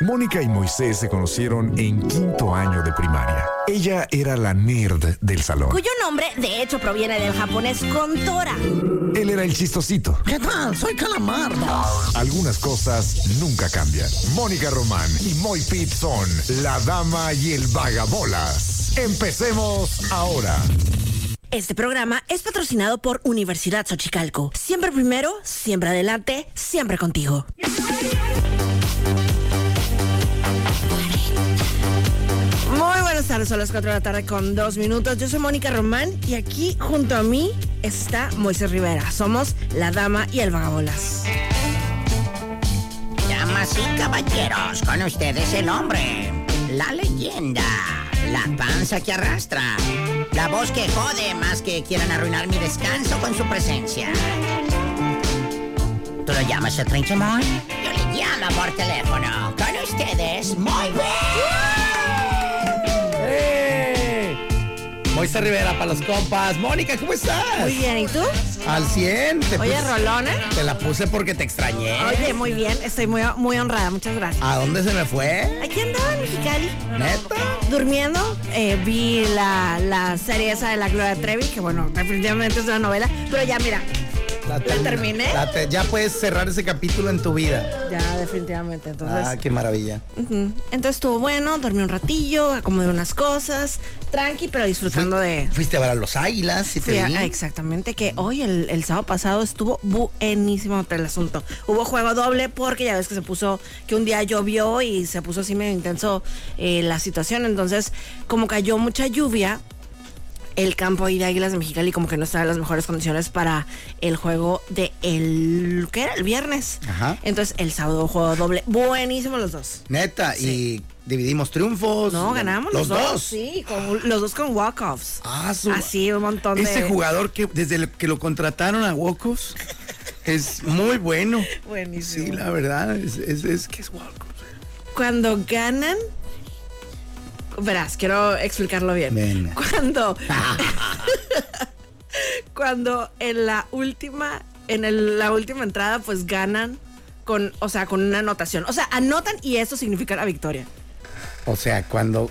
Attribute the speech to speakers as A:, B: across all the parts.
A: Mónica y Moisés se conocieron en quinto año de primaria. Ella era la nerd del salón.
B: cuyo nombre de hecho proviene del japonés Contora.
A: Él era el chistosito.
C: ¿Qué tal? Soy Calamar.
A: Algunas cosas nunca cambian. Mónica Román y Moy Pitt son la dama y el vagabolas. Empecemos ahora.
B: Este programa es patrocinado por Universidad Xochicalco. Siempre primero, siempre adelante, siempre contigo. Muy buenas tardes, son las 4 de la tarde con 2 minutos. Yo soy Mónica Román y aquí junto a mí está Moisés Rivera. Somos la dama y el vagabolas.
C: Damas y caballeros, con ustedes el hombre, la leyenda, la panza que arrastra, la voz que jode más que quieran arruinar mi descanso con su presencia. ¿Tú lo llamas a trinche, Moy? Yo le llamo por teléfono. Con ustedes, Moy bien.
D: ¡Eh! Moisés Rivera para los compas. Mónica, ¿cómo estás?
B: Muy bien, ¿y tú?
D: Al 100. Te,
B: Oye,
D: puse-
B: Rolón, ¿eh?
D: te la puse porque te extrañé.
B: Oye, muy bien, estoy muy, muy honrada, muchas gracias.
D: ¿A dónde se me fue?
B: Aquí andaba en Mexicali.
D: ¿Neta?
B: Durmiendo, eh, vi la, la serie esa de la Gloria Trevi, que bueno, definitivamente es una novela, pero ya mira,
D: La
B: ¿La terminé?
D: la te- ya puedes cerrar ese capítulo en tu vida.
B: ya definitivamente, entonces...
D: Ah, qué maravilla.
B: ujú. Entonces estuvo bueno, dormí un ratillo, acomodé unas cosas, tranqui, pero disfrutando de...
D: Fuiste a ver a los águilas, si te
B: Sí,
D: vi.
B: ah, exactamente, que hoy, el, el sábado pasado, estuvo buenísimo el asunto. Hubo juego doble porque ya ves que se puso, que un día llovió y se puso así medio intenso eh, la situación. Entonces, como cayó mucha lluvia, el campo ahí de Águilas de Mexicali como que no estaba en las mejores condiciones para el juego de el ¿qué era? El viernes.
D: Ajá.
B: Entonces el sábado juego doble. Buenísimo los dos.
D: Neta, y dividimos triunfos.
B: No, ganamos
D: los, dos.
B: Sí, con- los dos con walk-offs.
D: Ah, su-
B: Así, un montón de.
D: Ese jugador que desde el- que lo contrataron a Wokos es muy bueno.
B: Buenísimo.
D: Sí, la verdad, es, es- es que es Wokos.
B: cuando ganan. Verás, quiero explicarlo bien.
D: Venga.
B: Cuando. cuando en la última. En el- la última entrada, pues ganan con. O sea, con una anotación. O sea, anotan y eso significa la victoria.
D: O sea, cuando.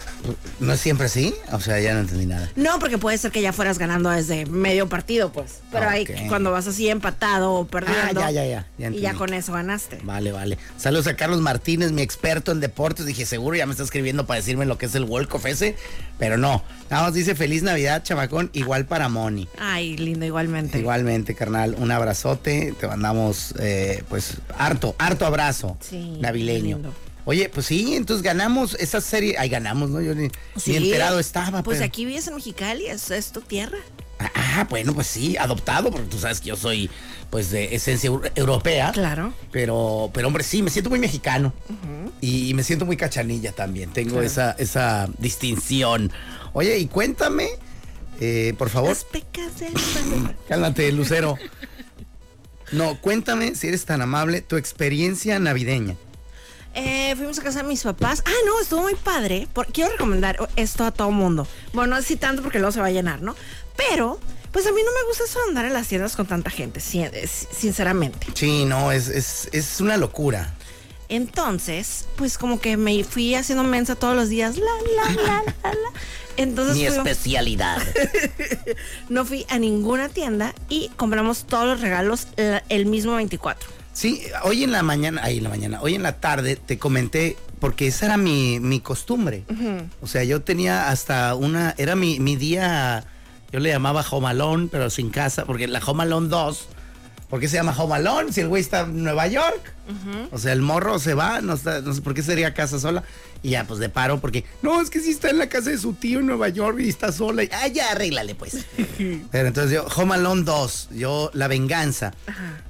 D: No es siempre así. O sea, ya no entendí nada.
B: No, porque puede ser que ya fueras ganando desde medio partido, pues. Pero ahí
D: Ok. Ah,
B: cuando vas así empatado o perdiendo.
D: ya, ya, ya, ya
B: y
D: entendí.
B: ya con eso ganaste.
D: Vale, vale. Saludos a Carlos Martínez, mi experto en deportes. Dije, seguro ya me está escribiendo para decirme lo que es el World Cup ese. Pero no. Nada más dice feliz Navidad, chamacón. Igual para Moni.
B: Ay, lindo, igualmente.
D: Igualmente, carnal, un abrazote. Te mandamos, eh, pues, harto, harto abrazo.
B: Sí,
D: Navileño.
B: lindo.
D: Oye, pues sí, entonces ganamos esa serie. Ay, ganamos, ¿no? Yo ni,
B: Pues Sí.
D: ni enterado estaba.
B: Pues
D: pero-
B: aquí vives en Mexicali, es, es tu tierra.
D: Ah, bueno, pues sí, adoptado, porque tú sabes que yo soy, pues, de esencia eu- europea.
B: Claro.
D: Pero, pero hombre, sí, me siento muy mexicano. y, y me siento muy cachanilla también. Tengo esa, esa distinción. Oye, y cuéntame, eh, por favor.
B: Las pecas del padre.
D: Cálmate, Lucero. No, cuéntame, si eres tan amable, tu experiencia navideña.
B: Eh, fuimos a casa de mis papás. Ah, no, estuvo muy padre. por- quiero recomendar esto a todo mundo. Bueno, no así tanto porque luego se va a llenar, ¿no? Pero, pues a mí no me gusta eso de andar en las tiendas con tanta gente, si- eh, sinceramente.
D: Sí, no, es, es, es una locura.
B: Entonces, pues como que me fui haciendo mensa todos los días. La, la, la, la, la. Entonces,
D: Mi
B: fuimos-
D: especialidad.
B: no fui a ninguna tienda y compramos todos los regalos la- el mismo 24.
D: Sí, hoy en la mañana, ahí en la mañana, hoy en la tarde te comenté, porque esa era mi, mi costumbre. O sea, yo tenía hasta una, era mi, mi día, yo le llamaba Jomalón, pero sin casa, porque la Jomalón 2, ¿por qué se llama Jomalón? Si el güey está en Nueva York. O sea, el morro se va, no, está, no sé por qué sería casa sola. Y ya, pues de paro, porque no, es que sí está en la casa de su tío en Nueva York y está sola. Y, ah, ya, arréglale, pues. Pero entonces yo, Home Alone 2, yo, La Venganza.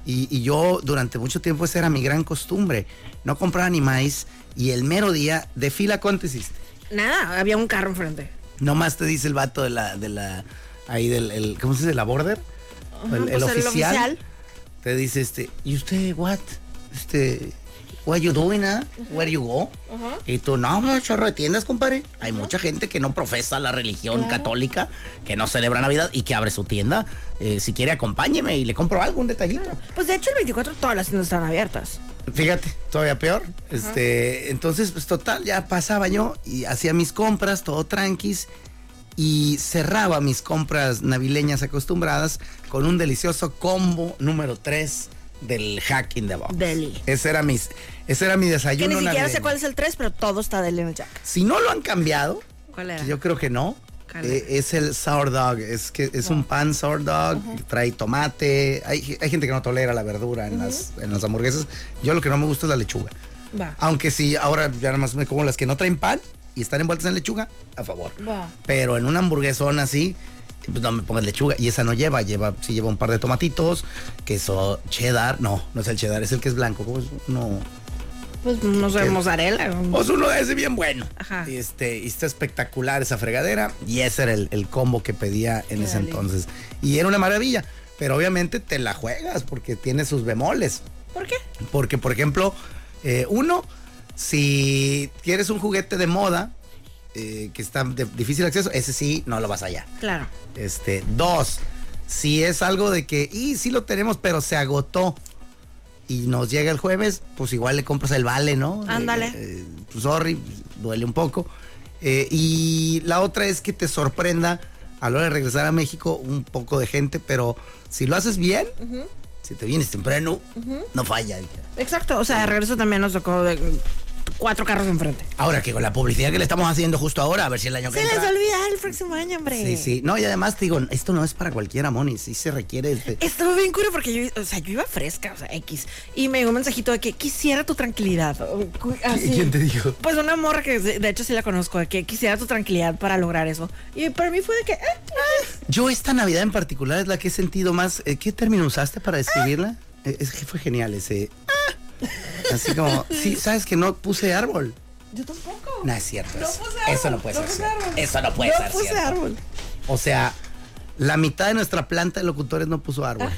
D: Y, y yo durante mucho tiempo esa era mi gran costumbre. No compraba ni maíz y el mero día de fila cuánto hiciste.
B: Nada, había un carro enfrente.
D: Nomás te dice el vato de la, de la, ahí del, el- ¿cómo se dice? La border.
B: Ajá, pues, el oficial.
D: Te dice este, ¿y usted what? Este, what you doing, ah? Where you go? Y tú, no, no, chorro de tiendas, compadre. Hay mucha gente que no profesa la religión católica, que no celebra Navidad y que abre su tienda. Eh, si quiere, acompáñeme y le compro algo, un detallito.
B: Pues de hecho el 24 todas las tiendas están abiertas.
D: Fíjate, todavía peor. Este, entonces, pues total, ya pasaba yo y hacía mis compras, todo tranquis. Y cerraba mis compras navileñas acostumbradas con un delicioso combo número 3 del Hack in the Box.
B: Deli.
D: Ese era, mis, ese era mi
B: Que
D: desayuno.
B: ni siquiera sé
D: navileño.
B: cuál es el 3, pero todo está deli en el Jack.
D: Si no lo han cambiado,
B: ¿Cuál era?
D: que yo creo que no.
B: ¿Cuál
D: eh, es el sourdog, es que es un pan sourdog, que trae tomate. Hay, hay gente que no tolera la verdura en, las, en las hamburguesas. Yo lo que no me gusta es la lechuga.
B: Va.
D: Aunque sí, ahora ya nada más me como las que no traen pan y están envueltas en lechuga, a favor.
B: Va.
D: Pero en una hamburguesón así, pues no me pongas lechuga. Y esa no lleva, lleva, sí lleva un par de tomatitos, queso cheddar. No, no es el cheddar, es el que es blanco. ¿Cómo es? No.
B: Pues no sé,
D: ¿Qué?
B: mozzarella.
D: Pues uno de ese bien bueno.
B: Ajá.
D: Y este, y está espectacular esa fregadera. Y ese era el, el combo que pedía en ese
B: Órale.
D: entonces. Y era una maravilla. Pero obviamente te la juegas porque tiene sus bemoles.
B: ¿Por qué?
D: Porque, por ejemplo, eh, uno, si quieres un juguete de moda eh, que está de difícil acceso, ese sí no lo vas allá.
B: Claro.
D: Este, dos, si es algo de que, y sí lo tenemos, pero se agotó y nos llega el jueves, pues igual le compras el vale, ¿no?
B: Ándale.
D: Eh, eh, pues, sorry, duele un poco. Eh, y la otra es que te sorprenda a la hora de regresar a México un poco de gente, pero si lo haces bien, si te vienes temprano, no falla.
B: Exacto. O sea, de regreso también nos tocó de cuatro carros enfrente.
D: Ahora que con la publicidad que le estamos haciendo justo ahora, a ver si el año que
B: Se Eh. les
D: entra-
B: olvida el próximo año, hombre.
D: Sí, sí. No, y además te digo, esto no es para cualquiera, Moni. Sí se requiere este,
B: Estuvo bien cura porque yo, o sea, yo iba fresca, o sea, X. Y me llegó un mensajito de que quisiera tu tranquilidad. o cu- así.
D: quién te dijo?
B: Pues una morra que de de hecho sí la conozco, de que quisiera tu tranquilidad para lograr eso. Y para mí fue de que. eh, ah,
D: Yo esta Navidad en particular es la que he sentido más. eh, ¿Qué término usaste para describirla?
B: Ah.
D: Eh, Es que fue genial ese. "Ah". Así como, sí, sabes que no puse árbol.
B: yo tampoco.
D: No es cierto.
B: No
D: eso.
B: puse árbol,
D: Pues, eso no puede
B: no
D: ser.
B: puse
D: cierto.
B: árbol.
D: Eso no puede
B: no
D: ser.
B: puse
D: cierto.
B: árbol.
D: O sea, la mitad de nuestra planta de locutores no puso árbol.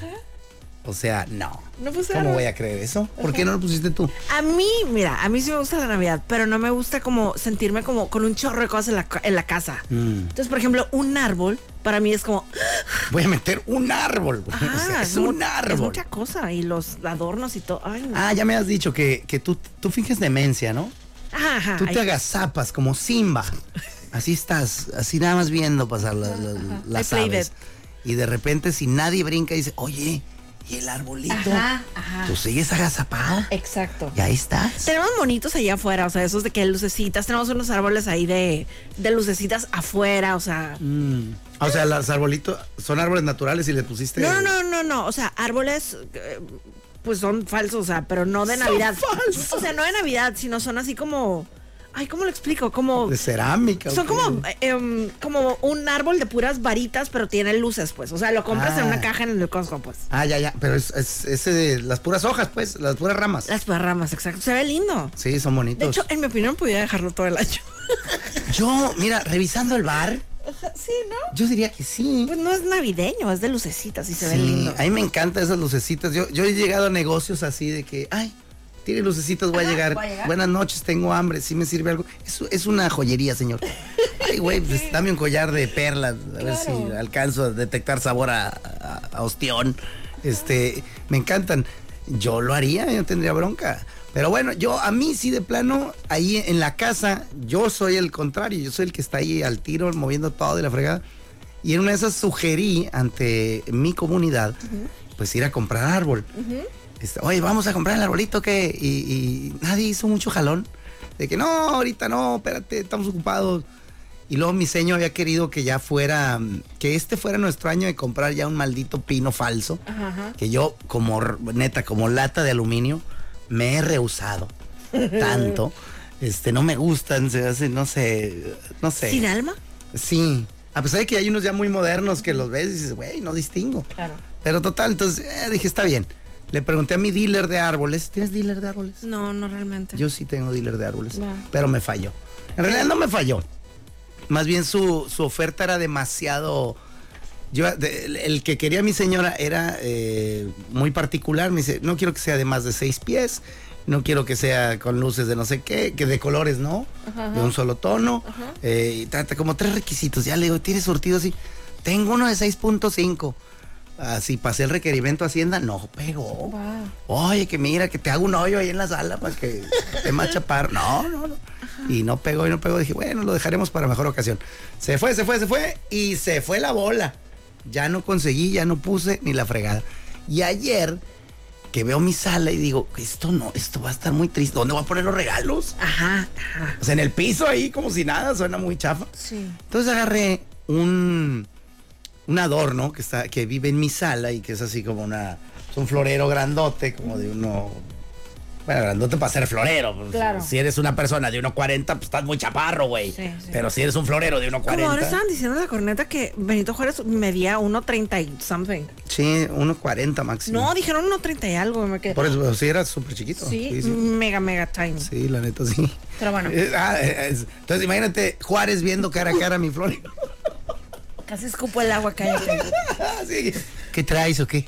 D: O sea, no.
B: No puse
D: ¿Cómo
B: árbol.
D: voy a creer eso? ¿Por qué no lo pusiste tú?
B: A mí, mira, a mí sí me gusta la Navidad, pero no me gusta como sentirme como con un chorro de cosas en la, ca- en la casa.
D: Mm.
B: Entonces, por ejemplo, un árbol para mí es como.
D: Voy a meter un árbol. güey.
B: Ah,
D: O sea, es,
B: mu-
D: un árbol.
B: Es mucha cosa y los adornos y todo. Ay, no.
D: Ah, ya me has dicho que, que tú, tú finges demencia, ¿no?
B: Ajá, ajá.
D: Tú
B: Ay,
D: te agazapas como Simba. Así estás, así nada más viendo pasar la- la-
B: I
D: las
B: played
D: aves. Y de repente, si nadie brinca y dice, oye, ¿y el arbolito?
B: Ajá, ajá. Eh.
D: Tú sigues agazapado.
B: Exacto.
D: Y ahí estás.
B: Tenemos monitos allá afuera, o sea, esos de que lucecitas, tenemos unos árboles ahí de, de lucecitas afuera, o sea.
D: Mm. O sea, los arbolitos son árboles naturales y le pusiste.
B: No, no, no, no, no, o sea, árboles, eh, pues son falsos, o sea, pero no de
D: Son
B: Navidad.
D: falsos.
B: O sea, no de Navidad, sino son así como, ay, ¿cómo lo explico? Como...
D: De cerámica.
B: Son
D: ¿o
B: como,
D: qué?
B: eh, em, como un árbol de puras varitas, pero tiene luces, pues. O sea, lo compras en
D: Ah.
B: una caja en el Costco, pues.
D: Ah, ya, ya. Pero es, es- ese de las puras hojas, pues, las puras ramas.
B: Las ramas, exacto. Se ve lindo.
D: Sí, son bonitos.
B: De hecho, en mi opinión, pudiera dejarlo todo el año.
D: yo, mira, revisando el bar,
B: sí, ¿no?
D: yo diría que sí.
B: Pues no es navideño, es de lucecitas y se ve
D: Sí,
B: lindo.
D: A mí me encantan esas lucecitas. Yo, yo he llegado a negocios así de que, ay, tiene lucecitas, voy a, llegar.
B: voy a llegar.
D: Buenas noches, tengo hambre, si me sirve algo. Es, es una joyería, señor. Ay, güey, pues, dame un collar de perlas, a ver si alcanzo a detectar sabor a, a- a ostión. Este, me encantan. Yo lo haría, yo no tendría bronca. Pero bueno, yo a mí sí de plano, ahí en la casa, yo soy el contrario, yo soy el que está ahí al tiro, moviendo todo de la fregada. Y en una de esas sugerí ante mi comunidad, pues ir a comprar árbol. Este, Oye, vamos a comprar el arbolito que... Y, y nadie hizo mucho jalón. De que no, ahorita no, espérate, estamos ocupados. Y luego mi señor había querido que ya fuera, mm, que este fuera nuestro año de comprar ya un maldito pino falso. Que yo, como r- neta, como lata de aluminio, me he rehusado tanto. Este, no me gustan, se hacen, no sé, no sé.
B: ¿Sin alma?
D: Sí. A pesar de que hay unos ya muy modernos que los ves y dices, güey, no distingo.
B: Claro.
D: Pero total, entonces eh, dije, está bien. Le pregunté a mi dealer de árboles. ¿Tienes dealer de árboles?
B: No, no realmente.
D: Yo sí tengo dealer de árboles.
B: No.
D: Pero me falló. En realidad no me falló. Más bien su, su oferta era demasiado. Yo, de- el, el que quería mi señora era eh, muy particular. Me dice, no quiero que sea de más de seis pies. No quiero que sea con luces de no sé qué, que de colores no, de un solo tono. eh, y trata como tres requisitos. Ya le digo, tiene surtido así. Tengo uno de 6.5. Así pasé el requerimiento a Hacienda, no pegó.
B: Wow.
D: Oye, que mira, que te hago un hoyo ahí en la sala para que te machapar. No, no, no. Y no pegó y no pegó. Dije, bueno, lo dejaremos para mejor ocasión. Se fue, se fue, se fue. Y se fue la bola. Ya no conseguí, ya no puse ni la fregada. Y ayer que veo mi sala y digo, esto no, esto va a estar muy triste. ¿Dónde voy a poner los regalos?
B: Ajá, ajá.
D: O sea, en el piso ahí, como si nada, suena muy chafa.
B: Sí.
D: Entonces agarré un, un adorno que, está, que vive en mi sala y que es así como una. Es un florero grandote, como de uno. Bueno, grandote para ser florero. pues,
B: Claro.
D: Si eres una persona de 1.40, pues estás muy chaparro, güey.
B: Sí, sí.
D: Pero si eres un florero de
B: Como ahora
D: 1.40.
B: estaban diciendo en la corneta que Benito Juárez medía 1.30 y something.
D: Sí, 1.40 máximo.
B: No, dijeron 1.30 y algo. Me quedé.
D: Por eso, pero sí, era súper chiquito.
B: Sí,
D: sí. sí.
B: mega, mega time.
D: Sí, la neta, sí.
B: Pero bueno.
D: Eh, ah, eh, es- entonces imagínate Juárez viendo cara a cara a mi florero.
B: Casi escupo el agua que hay aquí.
D: Así que, ¿Qué traes o qué?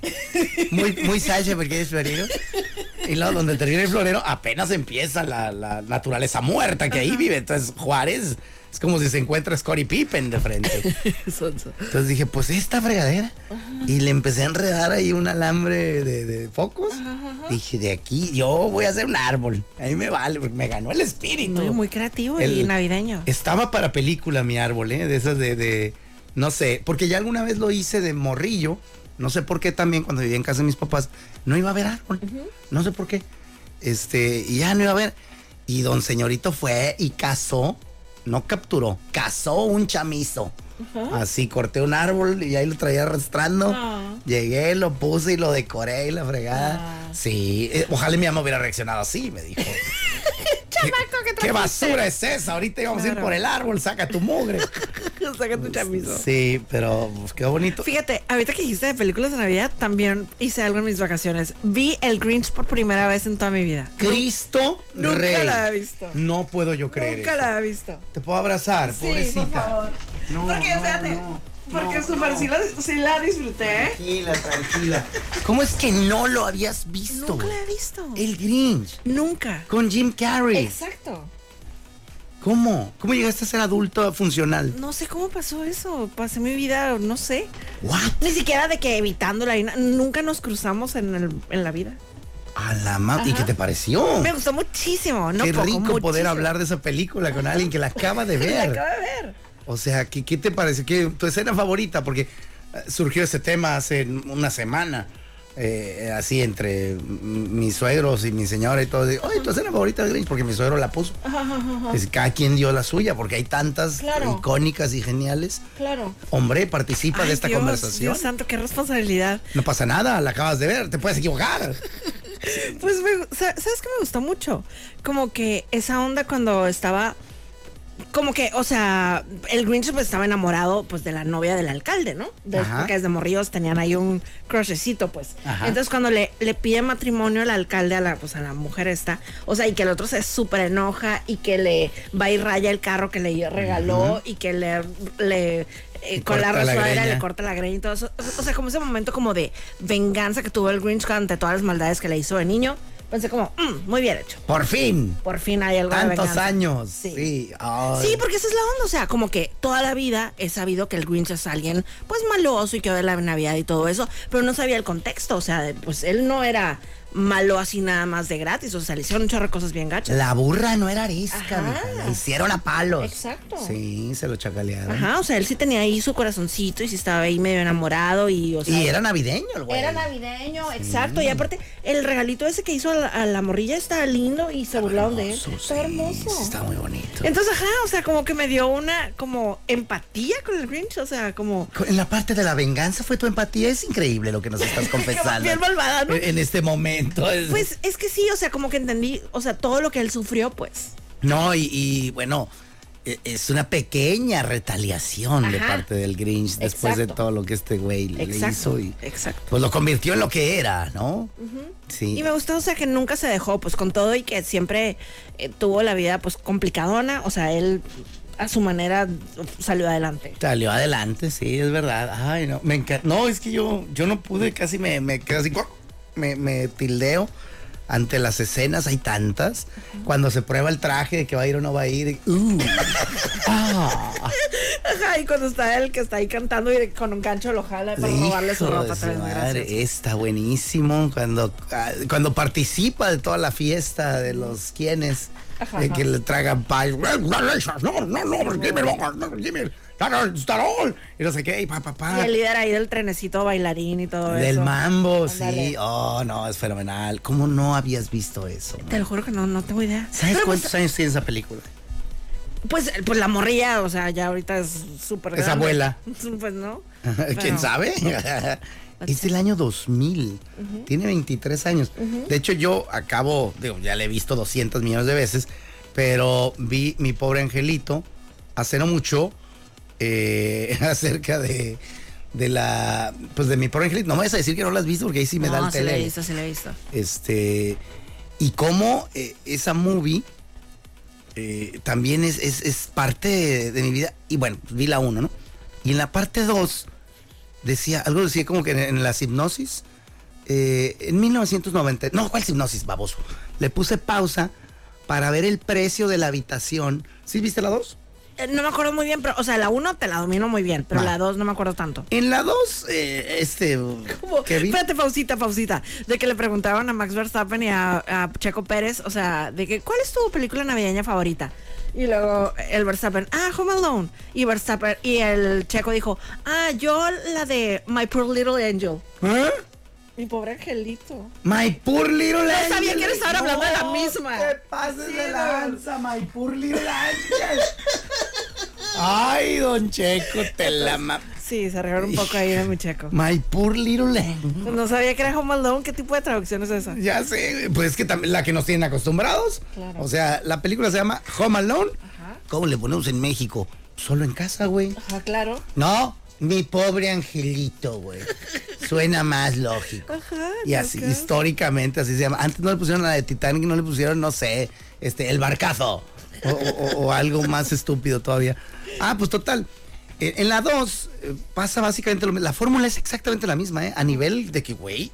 D: Muy, muy salsa porque eres florero. Y luego donde termina el florero apenas empieza la, la naturaleza muerta que ahí vive. Entonces Juárez es como si se encuentra Scottie Pippen de frente. Entonces dije, pues esta fregadera. Y le empecé a enredar ahí un alambre de, de focos. Dije, de aquí yo voy a hacer un árbol. A mí me vale porque me ganó el espíritu.
B: No, muy creativo y
D: El-
B: navideño.
D: Estaba para película mi árbol, ¿eh? De esas de, de- No sé, porque ya alguna vez lo hice de morrillo. No sé por qué también cuando vivía en casa de mis papás no iba a haber árbol. No sé por qué. Este, y ya no iba a haber. Y don señorito fue y cazó, no capturó, cazó un chamizo. Así corté un árbol y ahí lo traía arrastrando.
B: Ah.
D: Llegué, lo puse y lo decoré y la fregada. Sí, eh, ojalá mi mamá hubiera reaccionado así, me dijo.
B: Chamaco, ¿qué
D: ¿Qué basura es esa? Ahorita íbamos a ir
B: Claro.
D: por el árbol, saca tu mugre.
B: Saca tu chamizo.
D: Sí, pero pues, qué bonito.
B: Fíjate, ahorita que dijiste de películas de Navidad, también hice algo en mis vacaciones. Vi el Grinch por primera vez en toda mi vida.
D: Cristo
B: Nunca
D: Rey.
B: la he visto.
D: No puedo yo creer.
B: Nunca
D: eso.
B: la he visto.
D: Te puedo abrazar, pobrecita.
B: Sí, por favor.
D: No,
B: porque,
D: no,
B: espérate,
D: no,
B: porque
D: no,
B: súper
D: no.
B: sí, la, sí la disfruté. ¿eh?
D: Tranquila, tranquila. ¿Cómo es que no lo habías visto?
B: Nunca la he visto.
D: El Grinch
B: Nunca.
D: con Jim Carrey.
B: Exacto.
D: ¿Cómo? ¿Cómo llegaste a ser adulto funcional?
B: No sé cómo pasó eso. Pasé mi vida, no sé.
D: What?
B: Ni siquiera de que evitando la Nunca nos cruzamos en, el- en la vida.
D: A la madre. ¿Y qué te pareció?
B: Me gustó muchísimo. No
D: qué
B: poco,
D: rico poder
B: muchísimo.
D: hablar de esa película con alguien que la acaba de
B: La
D: ver.
B: acabo de ver.
D: O sea, ¿qué, qué te parece? ¿Qué, ¿Tu escena favorita? Porque eh, surgió ese tema hace una semana, eh, así entre m- mis suegros y mi señora y todo. de, Oye, ¿tu escena favorita de Grinch? Porque mi suegro la puso. Es, cada quien dio la suya, porque hay tantas
B: Claro.
D: icónicas y geniales.
B: Claro.
D: Hombre, participa
B: Ay,
D: de esta
B: Dios,
D: conversación.
B: Dios santo, qué responsabilidad.
D: No pasa nada, la acabas de ver, te puedes equivocar.
B: Pues, me, sa- ¿sabes qué me gustó mucho? Como que esa onda cuando estaba. Como que, o sea, el Grinch pues, estaba enamorado pues de la novia del alcalde, ¿no? De,
D: Ajá.
B: porque desde morrillos tenían ahí un crushecito, pues.
D: Ajá.
B: Entonces cuando le, le pide matrimonio al alcalde a la, pues, a la mujer esta, o sea, y que el otro se súper enoja y que le va y raya el carro que le regaló y que le, le eh,
D: Y
B: con la
D: corta la
B: resuadera le
D: greña.
B: corta corta la greña y todo eso. O sea, como ese momento como de venganza que tuvo el Grinch ante todas las maldades que le hizo de niño. Pensé como, "Mm, muy bien hecho.
D: Por fin,
B: Por fin hay algo de
D: tantos
B: venganza.
D: años.
B: Sí.
D: Sí, Ay.
B: Sí, porque esa es la onda, o sea, como que toda la vida he sabido que el Grinch es alguien, pues, maloso y que odia la Navidad y todo eso, pero no sabía el contexto, o sea, de- pues, él no era malo así nada más de gratis, o sea, le hicieron un chorro de cosas bien gachas.
D: La burra no era arisca,
B: Ajá.
D: mija, la hicieron a palos.
B: Exacto.
D: Sí, se lo chacalearon.
B: Ajá, o sea, él sí tenía ahí su corazoncito y sí estaba ahí medio enamorado y, o sea...
D: Y era navideño el güey.
B: Era navideño, exacto. Y aparte, el regalito ese que hizo a la, a la morrilla está lindo y se burlaron de él.
D: Hermoso,
B: Está
D: sí,
B: hermoso.
D: sí, Está muy bonito.
B: Entonces, ajá, o sea, como que me dio una como empatía con el Grinch, o sea, como
D: En la parte de la venganza fue tu empatía. Es increíble lo que nos estás confesando.
B: Bien malvada, ¿no?
D: En en este momento. es-
B: pues es que sí, o sea, como que entendí, o sea, todo lo que él sufrió, pues.
D: No, y, y, bueno, e- es una pequeña retaliación de
B: Ajá.
D: parte del Grinch después
B: Exacto.
D: de todo lo que este güey le
B: Exacto.
D: hizo. Y,
B: Exacto.
D: pues lo convirtió en lo que era, ¿no? Sí.
B: Y me gustó, o sea, que nunca se dejó, pues con todo y que siempre eh, tuvo la vida, pues complicadona, o sea, él a su manera salió adelante.
D: Salió adelante, sí, es verdad. Ay, no, me encanta. No, es que yo, yo no pude, casi me, me casi ¡guau! me, me tildeo ante las escenas, hay tantas. Cuando se prueba el traje de que va a ir o no va a ir, y- ¡uh! ¡Ah!
B: Ajá, y cuando está el que está ahí cantando y con un gancho lo jala para robarle su
D: Hijo
B: ropa.
D: de su
B: también es muy
D: madre,
B: gracioso.
D: está buenísimo cuando, ah, cuando participa de toda la fiesta de los quienes
B: Ajá,
D: de
B: ajá.
D: que le tragan pay. No, no, no, give me more, no, give me- no, no, it's not all. Y no sé qué, y pa, pa, pa.
B: Y el líder ahí del trenecito bailarín y todo eso.
D: Del mambo,
B: Ándale.
D: sí. Oh, no, es fenomenal. ¿Cómo no habías visto eso?
B: Te lo juro que no, no tengo idea.
D: ¿Sabes
B: Pero
D: cuántos años tiene esa película?
B: Pues, pues, pues la morrilla, o sea, ya ahorita es súper.
D: Es
B: grande.
D: abuela.
B: Pues no.
D: ¿Quién
B: Pero-
D: sabe?
B: Pues
D: es del año 2000. Tiene 23 años. De hecho, yo acabo, digo, ya le he visto 200 millones de veces, pero vi mi pobre angelito hace no mucho eh, acerca de, de la. Pues de mi pobre angelito. No me vas a decir que no la has visto porque ahí sí me da
B: no,
D: el
B: se la he
D: tele.
B: visto, se la he visto.
D: Este. Y cómo eh, esa movie eh, también es, es- es parte de, de mi vida. Y bueno, pues, vi la 1, ¿no? Y en la parte 2 decía, algo decía como que en, en las hipnosis, eh, en 1990, no, ¿cuál es hipnosis, baboso? Le puse pausa para ver el precio de la habitación. ¿Sí viste la 2?
B: Eh, no me acuerdo muy bien, pero, o sea, la uno te la domino muy bien, pero
D: Va.
B: la dos no me acuerdo tanto.
D: En la 2, este...
B: Como-
D: que vi-
B: Espérate, pausita, pausita. De que le preguntaban a Max Verstappen y a, a Checo Pérez, o sea, de que, ¿cuál es tu película navideña favorita? Y luego el Verstappen, ah, Home Alone. Y Verstappen, y el Checo dijo, ah, yo la de My Poor Little Angel.
D: ¿Eh?
B: Mi pobre angelito.
D: My poor little angel.
B: sabía que eres ahora hablando de la misma.
D: Te pases de
B: Sí,
D: lanza, my poor little angel. Ay, don Checo, te la ma...
B: Sí, se arreglaron un poco ahí de mi Checo. Pues
D: My poor little angel.
B: No sabía que era Home Alone. ¿Qué tipo de traducción es esa?
D: Ya sé, güey, pues es que también la que nos tienen acostumbrados.
B: Claro.
D: O sea, la película se llama Home Alone. ¿Cómo le ponemos en México? Solo en casa, güey.
B: Ajá, claro.
D: No, mi pobre angelito, güey. Suena más lógico.
B: Ajá,
D: Y así,
B: loca.
D: históricamente así se llama. Antes no le pusieron la de Titanic, no le pusieron, no sé, este, el barcazo. O, o- o- o algo más estúpido todavía. Ah, pues total. eh, En la 2 pasa básicamente lo mismo. La fórmula es exactamente la misma, ¿eh? A nivel de que, güey,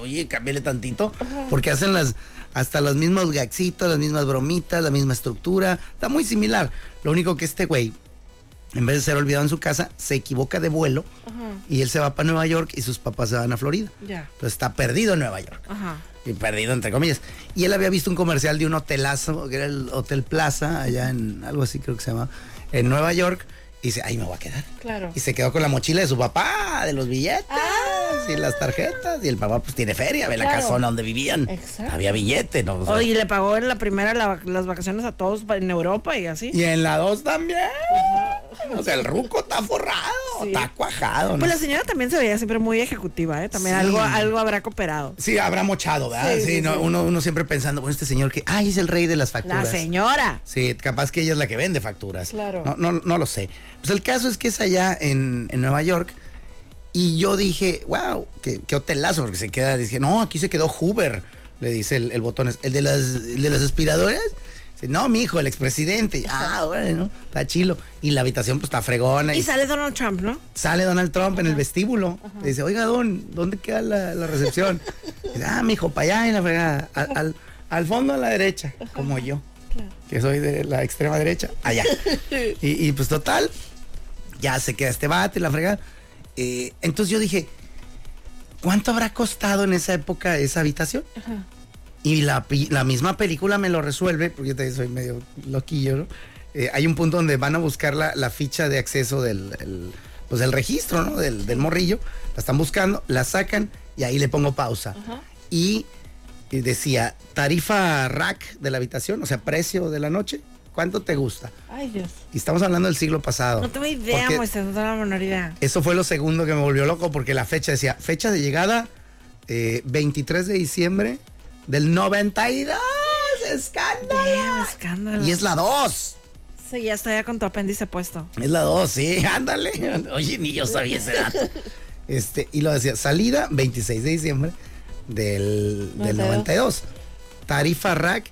D: oye, cámbiale tantito. Porque hacen las hasta los mismos gagsitos, las mismas bromitas, la misma estructura. Está muy similar. Lo único que este güey en vez de ser olvidado en su casa, se equivoca de vuelo y él se va para Nueva York y sus papás se van a Florida.
B: Ya.
D: Entonces Pues está perdido en Nueva York.
B: Ajá.
D: Y perdido entre comillas. Y él había visto un comercial de un hotelazo, que era el Hotel Plaza, allá en algo así creo que se llama, en Nueva York. Y dice, ahí me voy a quedar.
B: Claro.
D: Y se quedó con la mochila de su papá, de los billetes y las tarjetas. Y el papá pues tiene feria, ve la
B: Ah. Claro.
D: casona donde vivían.
B: Exacto.
D: Había billete, ¿no? O sea,
B: Oye, Oh, le pagó en la primera la- las vacaciones a todos pa- en Europa y así.
D: Y en la 2 también. O sea, el ruco está forrado,
B: Sí.
D: está cuajado. ¿no?
B: Pues la señora también se veía siempre muy ejecutiva, ¿eh? También
D: Sí.
B: algo, algo habrá cooperado.
D: Sí, habrá mochado, ¿verdad? Sí,
B: Sí, sí,
D: no,
B: sí.
D: Uno, uno siempre pensando, bueno, este señor que, ay, es el rey de las
B: La
D: facturas.
B: señora.
D: Sí, capaz que ella es la que vende facturas.
B: Claro.
D: No, no, no lo sé. Pues el caso es que es allá en, en Nueva York y yo dije, wow, qué, qué hotelazo, porque se queda, dije, no, aquí se quedó Hoover, le dice el, el botones, el de las, el de las aspiradoras. Dice, no, mi hijo, el expresidente. Ah, bueno, está chilo. Y la habitación pues está fregona.
B: Y sale Donald Trump, ¿no?
D: Sale Donald Trump en el vestíbulo. Le dice, oiga, don, ¿dónde queda la, la recepción? Dice, ah, mijo, para allá en la fregada. Al, al- al fondo a la derecha, como yo, que soy de la extrema derecha, allá. Y, y, pues total, ya se queda este bate, la fregada. Eh, entonces yo dije, ¿cuánto habrá costado en esa época esa habitación? Y la, pi- la misma película me lo resuelve, porque yo también soy medio loquillo, ¿no? Eh, hay un punto donde van a buscar la, la ficha de acceso del, el- pues del registro, ¿no? Del, del morrillo. La están buscando, la sacan y ahí le pongo pausa. Y, y decía, tarifa rack de la habitación, o sea, precio de la noche, ¿cuánto te gusta?
B: Ay, Dios.
D: Y estamos hablando del siglo pasado.
B: No tengo idea,
D: Porque-
B: Moisés, no tengo la menor idea.
D: eso fue lo segundo que me volvió loco porque la fecha decía, fecha de llegada, eh, 23 de diciembre del 92. ¡Escándalo!
B: Damn, escándalo.
D: Y es la 2.
B: Sí, ya estoy ya con tu apéndice puesto.
D: Es la 2, sí, ándale. Oye, ni yo sabía ese dato. Este, y lo decía, salida 26 de diciembre del, del 92. Tarifa rack,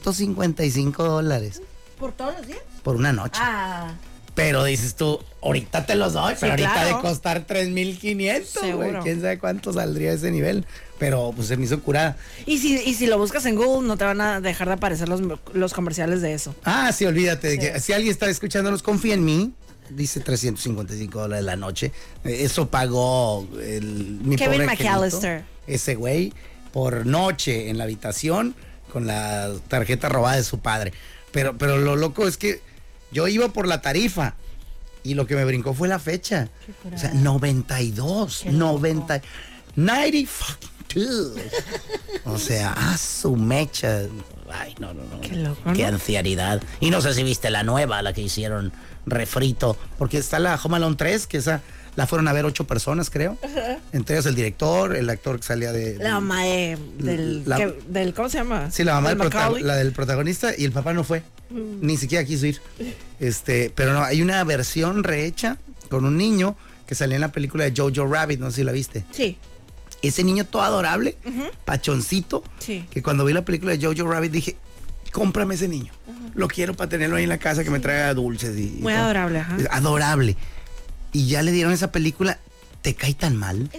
D: 355 dólares
B: ¿Por todos los días?
D: por una noche.
B: Ah,
D: Pero dices tú, ahorita te los doy, pero ahorita
B: claro.
D: de costar 3.500, güey.
B: Seguro.
D: ¿Quién sabe cuánto saldría ese nivel? pero pues se me hizo curada.
B: Y si, y si lo buscas en Google, no te van a dejar de aparecer los, los comerciales de eso.
D: Ah, sí, olvídate de que si alguien está escuchándonos, confía en mí. Dice 355 dólares la noche. Eh, Eso pagó el, mi
B: Kevin
D: pobre angelito,
B: McAllister.
D: Ese güey por noche en la habitación con la tarjeta robada de su padre. Pero, pero lo loco es que yo iba por la tarifa y lo que me brincó fue la fecha. O sea, 92, 90, 90 fucking two. O sea, a su mecha. Ay, no, no, no.
B: Qué loco,
D: Qué
B: ¿no?
D: ancianidad. Y no sé si viste la nueva, la que hicieron refrito, porque está la Home Alone 3, que esa la fueron a ver ocho personas, creo. Entre ellos el director, el actor que salía de...
B: La mamá de- del,
D: La-
B: que- del. ¿Cómo se llama?
D: Sí, la mamá
B: Del
D: del, prota-
B: Macaulay. Mm.
D: la del protagonista y el papá no fue. Ni siquiera quiso ir. Este, pero no, hay una versión rehecha con un niño que salió en la película de Jojo Rabbit, no sé si la viste.
B: Sí.
D: Ese niño todo adorable, pachoncito,
B: Sí.
D: que cuando vi la película de Jojo Rabbit dije, cómprame ese niño. Lo quiero para tenerlo ahí en la casa que me traiga dulces. Y, y
B: Muy
D: todo".
B: adorable, ajá.
D: Adorable. Y ya le dieron esa película, te cae tan mal.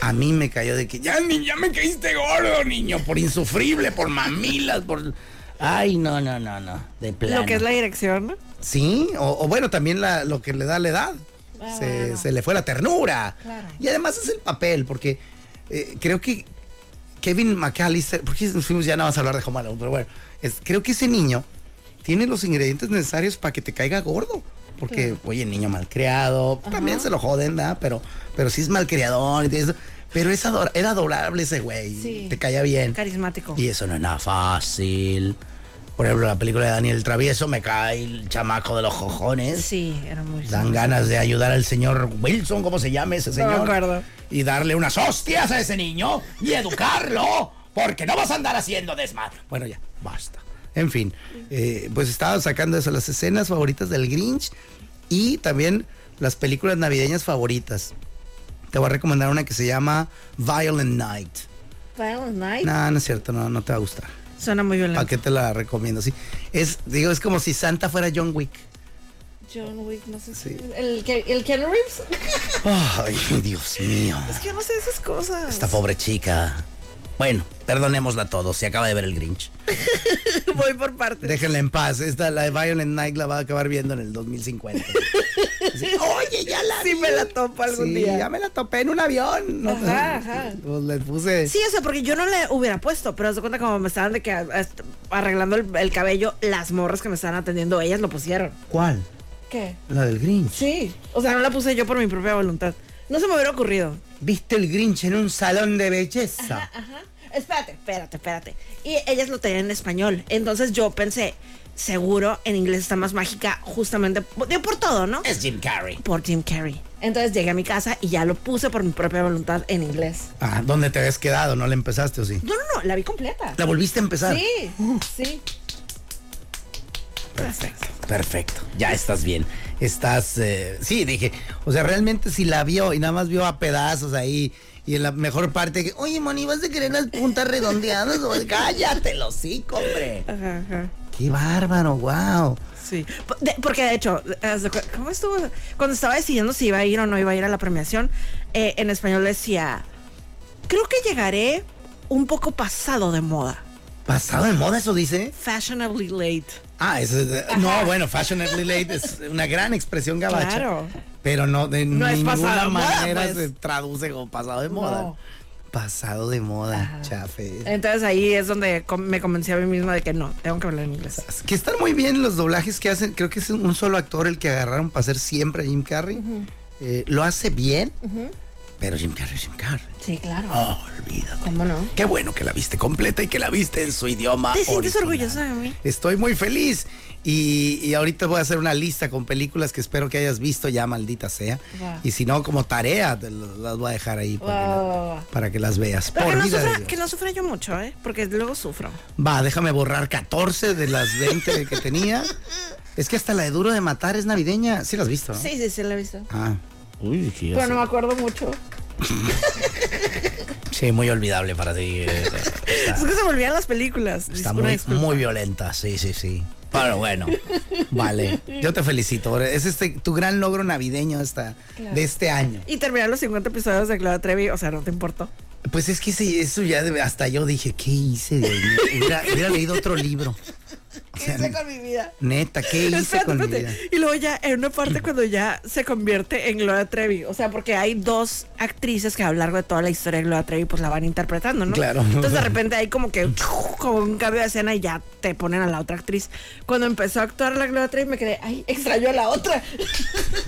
D: A mí me cayó de que ya, ni- ya me caíste gordo, niño, por insufrible, por mamilas, por... Ay, no, no, no, no, de plano.
B: Lo que es la dirección, ¿no?
D: Sí, o, o bueno, también la- lo que le da la edad.
B: Ah,
D: se,
B: bueno.
D: se le fue la ternura.
B: Claro.
D: Y además es el papel, porque eh, creo que Kevin McAllister, porque nos fuimos ya nada más a hablar de Home Alone, pero bueno, es- creo que ese niño tiene los ingredientes necesarios para que te caiga gordo. Porque, oye, niño malcriado, también se lo joden, ¿verdad? Pero, pero sí es malcriador. y eso, Pero es ador- era adorable ese güey.
B: Sí.
D: Te caía bien.
B: Carismático.
D: Y eso no es nada fácil. Por ejemplo, la película de Daniel Travieso me cae el chamaco de los cojones.
B: Sí, era muy.
D: Dan ganas de ayudar al señor Wilson, ¿cómo se llame ese señor?
B: me acuerdo.
D: Y darle unas hostias a ese niño y educarlo, porque no vas a andar haciendo desmadre. Bueno, ya, basta. En fin, eh, pues estaba sacando eso, las escenas favoritas del Grinch y también las películas navideñas favoritas. Te voy a recomendar una que se llama Violent Night.
B: Violent Night.
D: No, no es cierto, no, no te va a gustar.
B: Suena muy
D: ¿Para
B: violento.
D: qué te la recomiendo? Sí. Es, digo, es como si Santa fuera John Wick.
B: John Wick, no sé si.
D: Sí.
B: El, que- el Keanu Reeves.
D: Ay, Dios mío.
B: es que yo no sé esas cosas.
D: Esta pobre chica. Bueno, perdonémosla a todos. Se acaba de ver el Grinch.
B: Voy por partes.
D: Déjenla en paz. Esta, la de Violent Night, la va a acabar viendo en el 2050. Así, Oye, ya la.
B: Sí me la topo algún
D: Sí,
B: día.
D: Ya me la topé en un avión. No,
B: Ajá, ajá.
D: Pues le puse.
B: Sí, o sea, porque yo no le hubiera puesto, pero haz de cuenta como me estaban de que a- a- arreglando el, el cabello, las morras que me estaban atendiendo, ellas lo pusieron.
D: ¿Cuál?
B: ¿Qué?
D: La del Grinch.
B: Sí. O sea, no la puse yo por mi propia voluntad. No se me hubiera ocurrido.
D: ¿Viste el Grinch en un salón de belleza?
B: Ajá. Espérate, espérate, espérate. Y ellas lo tenían en español. Entonces yo pensé, seguro en inglés está más mágica justamente por, de- por todo, ¿no?
D: Es Jim Carrey.
B: Por Jim Carrey. Entonces llegué a mi casa y ya lo puse por mi propia voluntad en inglés.
D: Ah, ¿dónde te habías quedado? ¿No la empezaste o sí?
B: No, no, no, la vi completa.
D: ¿La volviste a empezar?
B: Sí, sí. Perfecto.
D: Perfecto, ya estás bien. Estás, eh, sí, dije, o sea, realmente si la vio y nada más vio a pedazos ahí y en la mejor parte que, oye, Moni, vas a querer las puntas redondeadas, o cállate, los hocico, hombre.
B: Ajá, ajá.
D: Qué bárbaro, wow.
B: Sí, Po- de- porque de hecho, haz de cu- ¿cómo estuvo? Cuando estaba decidiendo si iba a ir o no iba a ir a la premiación, eh, en español decía, creo que llegaré un poco pasado de moda.
D: Pasado de moda eso dice.
B: Fashionably late.
D: Ah, eso es, eh, no, bueno, fashionably late es una gran expresión gabacha.
B: Claro.
D: Pero no de
B: No es pasado
D: ninguna
B: de moda,
D: manera
B: pues.
D: se traduce como pasado de moda.
B: No.
D: Pasado de moda, chafe.
B: Entonces ahí es donde com- me convencí a mí misma de que no, tengo que hablar en inglés.
D: Que están muy bien los doblajes que hacen. Creo que es un solo actor el que agarraron para hacer siempre a Jim Carrey. Eh, lo hace bien, pero Jim Carrey es Jim Carrey.
B: Sí, claro.
D: Oh, olvídate.
B: ¿Cómo no?
D: Qué bueno que la viste completa y que la viste en su idioma.
B: ¿Te sientes
D: original.
B: orgullosa de mí?
D: Estoy muy feliz. Y, y ahorita voy a hacer una lista con películas que espero que hayas visto ya, maldita sea.
B: Va.
D: Y si no, como tarea, te lo- las voy a dejar ahí para,
B: Va,
D: que, la-
B: va, va, va.
D: para que las veas.
B: Pero que
D: Por
B: no,
D: vida de
B: sufra,
D: Dios. Ah.
B: que no sufra yo mucho, ¿eh? Porque luego sufro.
D: Va, déjame borrar 14 de las 20 que tenía. Es que hasta la de Duro de Matar es navideña. Sí, la has visto, ¿no?
B: Sí, sí, sí, la he visto.
D: Ah. Uy, qué
B: Pero no me acuerdo mucho.
D: Sí, muy olvidable para ti. eh, Está,
B: Es que se volvían las películas.
D: está
B: Una
D: muy,
B: disculpa.
D: muy violenta, sí, sí, sí. Pero bueno, vale. Yo te felicito. Es este tu gran logro navideño hasta, de este año.
B: Y terminar los 50 episodios de Gloria Trevi, o sea, no te importó.
D: Pues es que ese- eso ya de- hasta yo dije, ¿qué hice? Dios mío? Hubiera, hubiera leído otro libro. O
B: ¿Qué
D: sea,
B: hice con mi vida?
D: Neta, ¿qué hice
B: Espérate,
D: con mi vida? Mm.
B: espérate. Y luego ya en una parte cuando ya se convierte en Gloria Trevi. O sea, porque hay dos actrices que a lo largo de toda la historia de Gloria Trevi pues la van interpretando, ¿no?
D: Claro.
B: Entonces de repente hay como que como un cambio de escena y ya te ponen a la otra actriz. Cuando empezó a actuar la Gloria Trevi me quedé, ay, extrañó a la otra.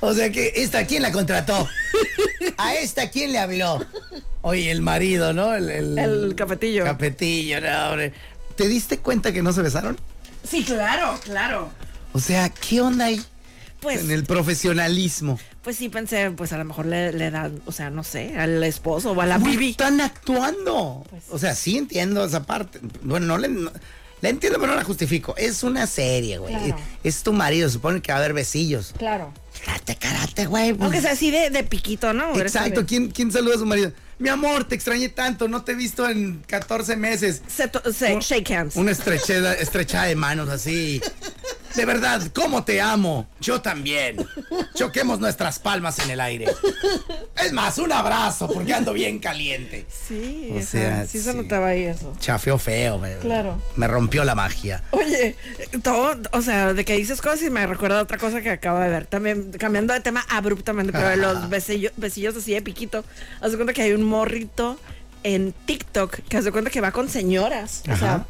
D: O sea que esta quién la contrató. A esta quién le habló. Oye, el marido, ¿no? El, el,
B: El capetillo.
D: Capetillo, no, hombre. ¿Te diste cuenta que no se besaron?
B: Sí, claro, claro.
D: O sea, ¿qué onda ahí?
B: Pues,
D: En el profesionalismo.
B: pues sí pensé, pues a lo mejor le, le dan, o sea, no sé, al esposo o a Pues. la
D: Güey,
B: Bibi.
D: Están actuando. O sea, sí entiendo esa parte. Bueno, no le. no- la entiendo, pero no la justifico. Es una serie, güey.
B: Claro.
D: Es, es tu marido, supone que va a haber besillos.
B: Claro.
D: Date karate, güey. pues.
B: Aunque sea así de, de piquito, ¿no? Eres
D: Exacto.
B: también.
D: ¿Quién, ¿Quién saluda a su marido? Mi amor, te extrañé tanto. No te he visto en 14 meses.
B: Se, to- se shake hands.
D: Una estrechada, estrechada de manos así. De verdad, ¿cómo te amo? Yo también. Choquemos nuestras palmas en el aire. Es más, un abrazo, porque ando bien caliente.
B: Sí,
D: O
B: ajá,
D: sea,
B: sí se
D: sí.
B: notaba ahí eso.
D: Chafeo feo, me,
B: Claro.
D: me rompió la magia.
B: Oye, todo, o sea, de que dices cosas y me recuerda a otra cosa que acabo de ver. También cambiando de tema abruptamente, pero de los besillo- besillos así de piquito. Haz de cuenta que hay un morrito en TikTok que haz de cuenta que va con señoras, o sea,
D: Ajá.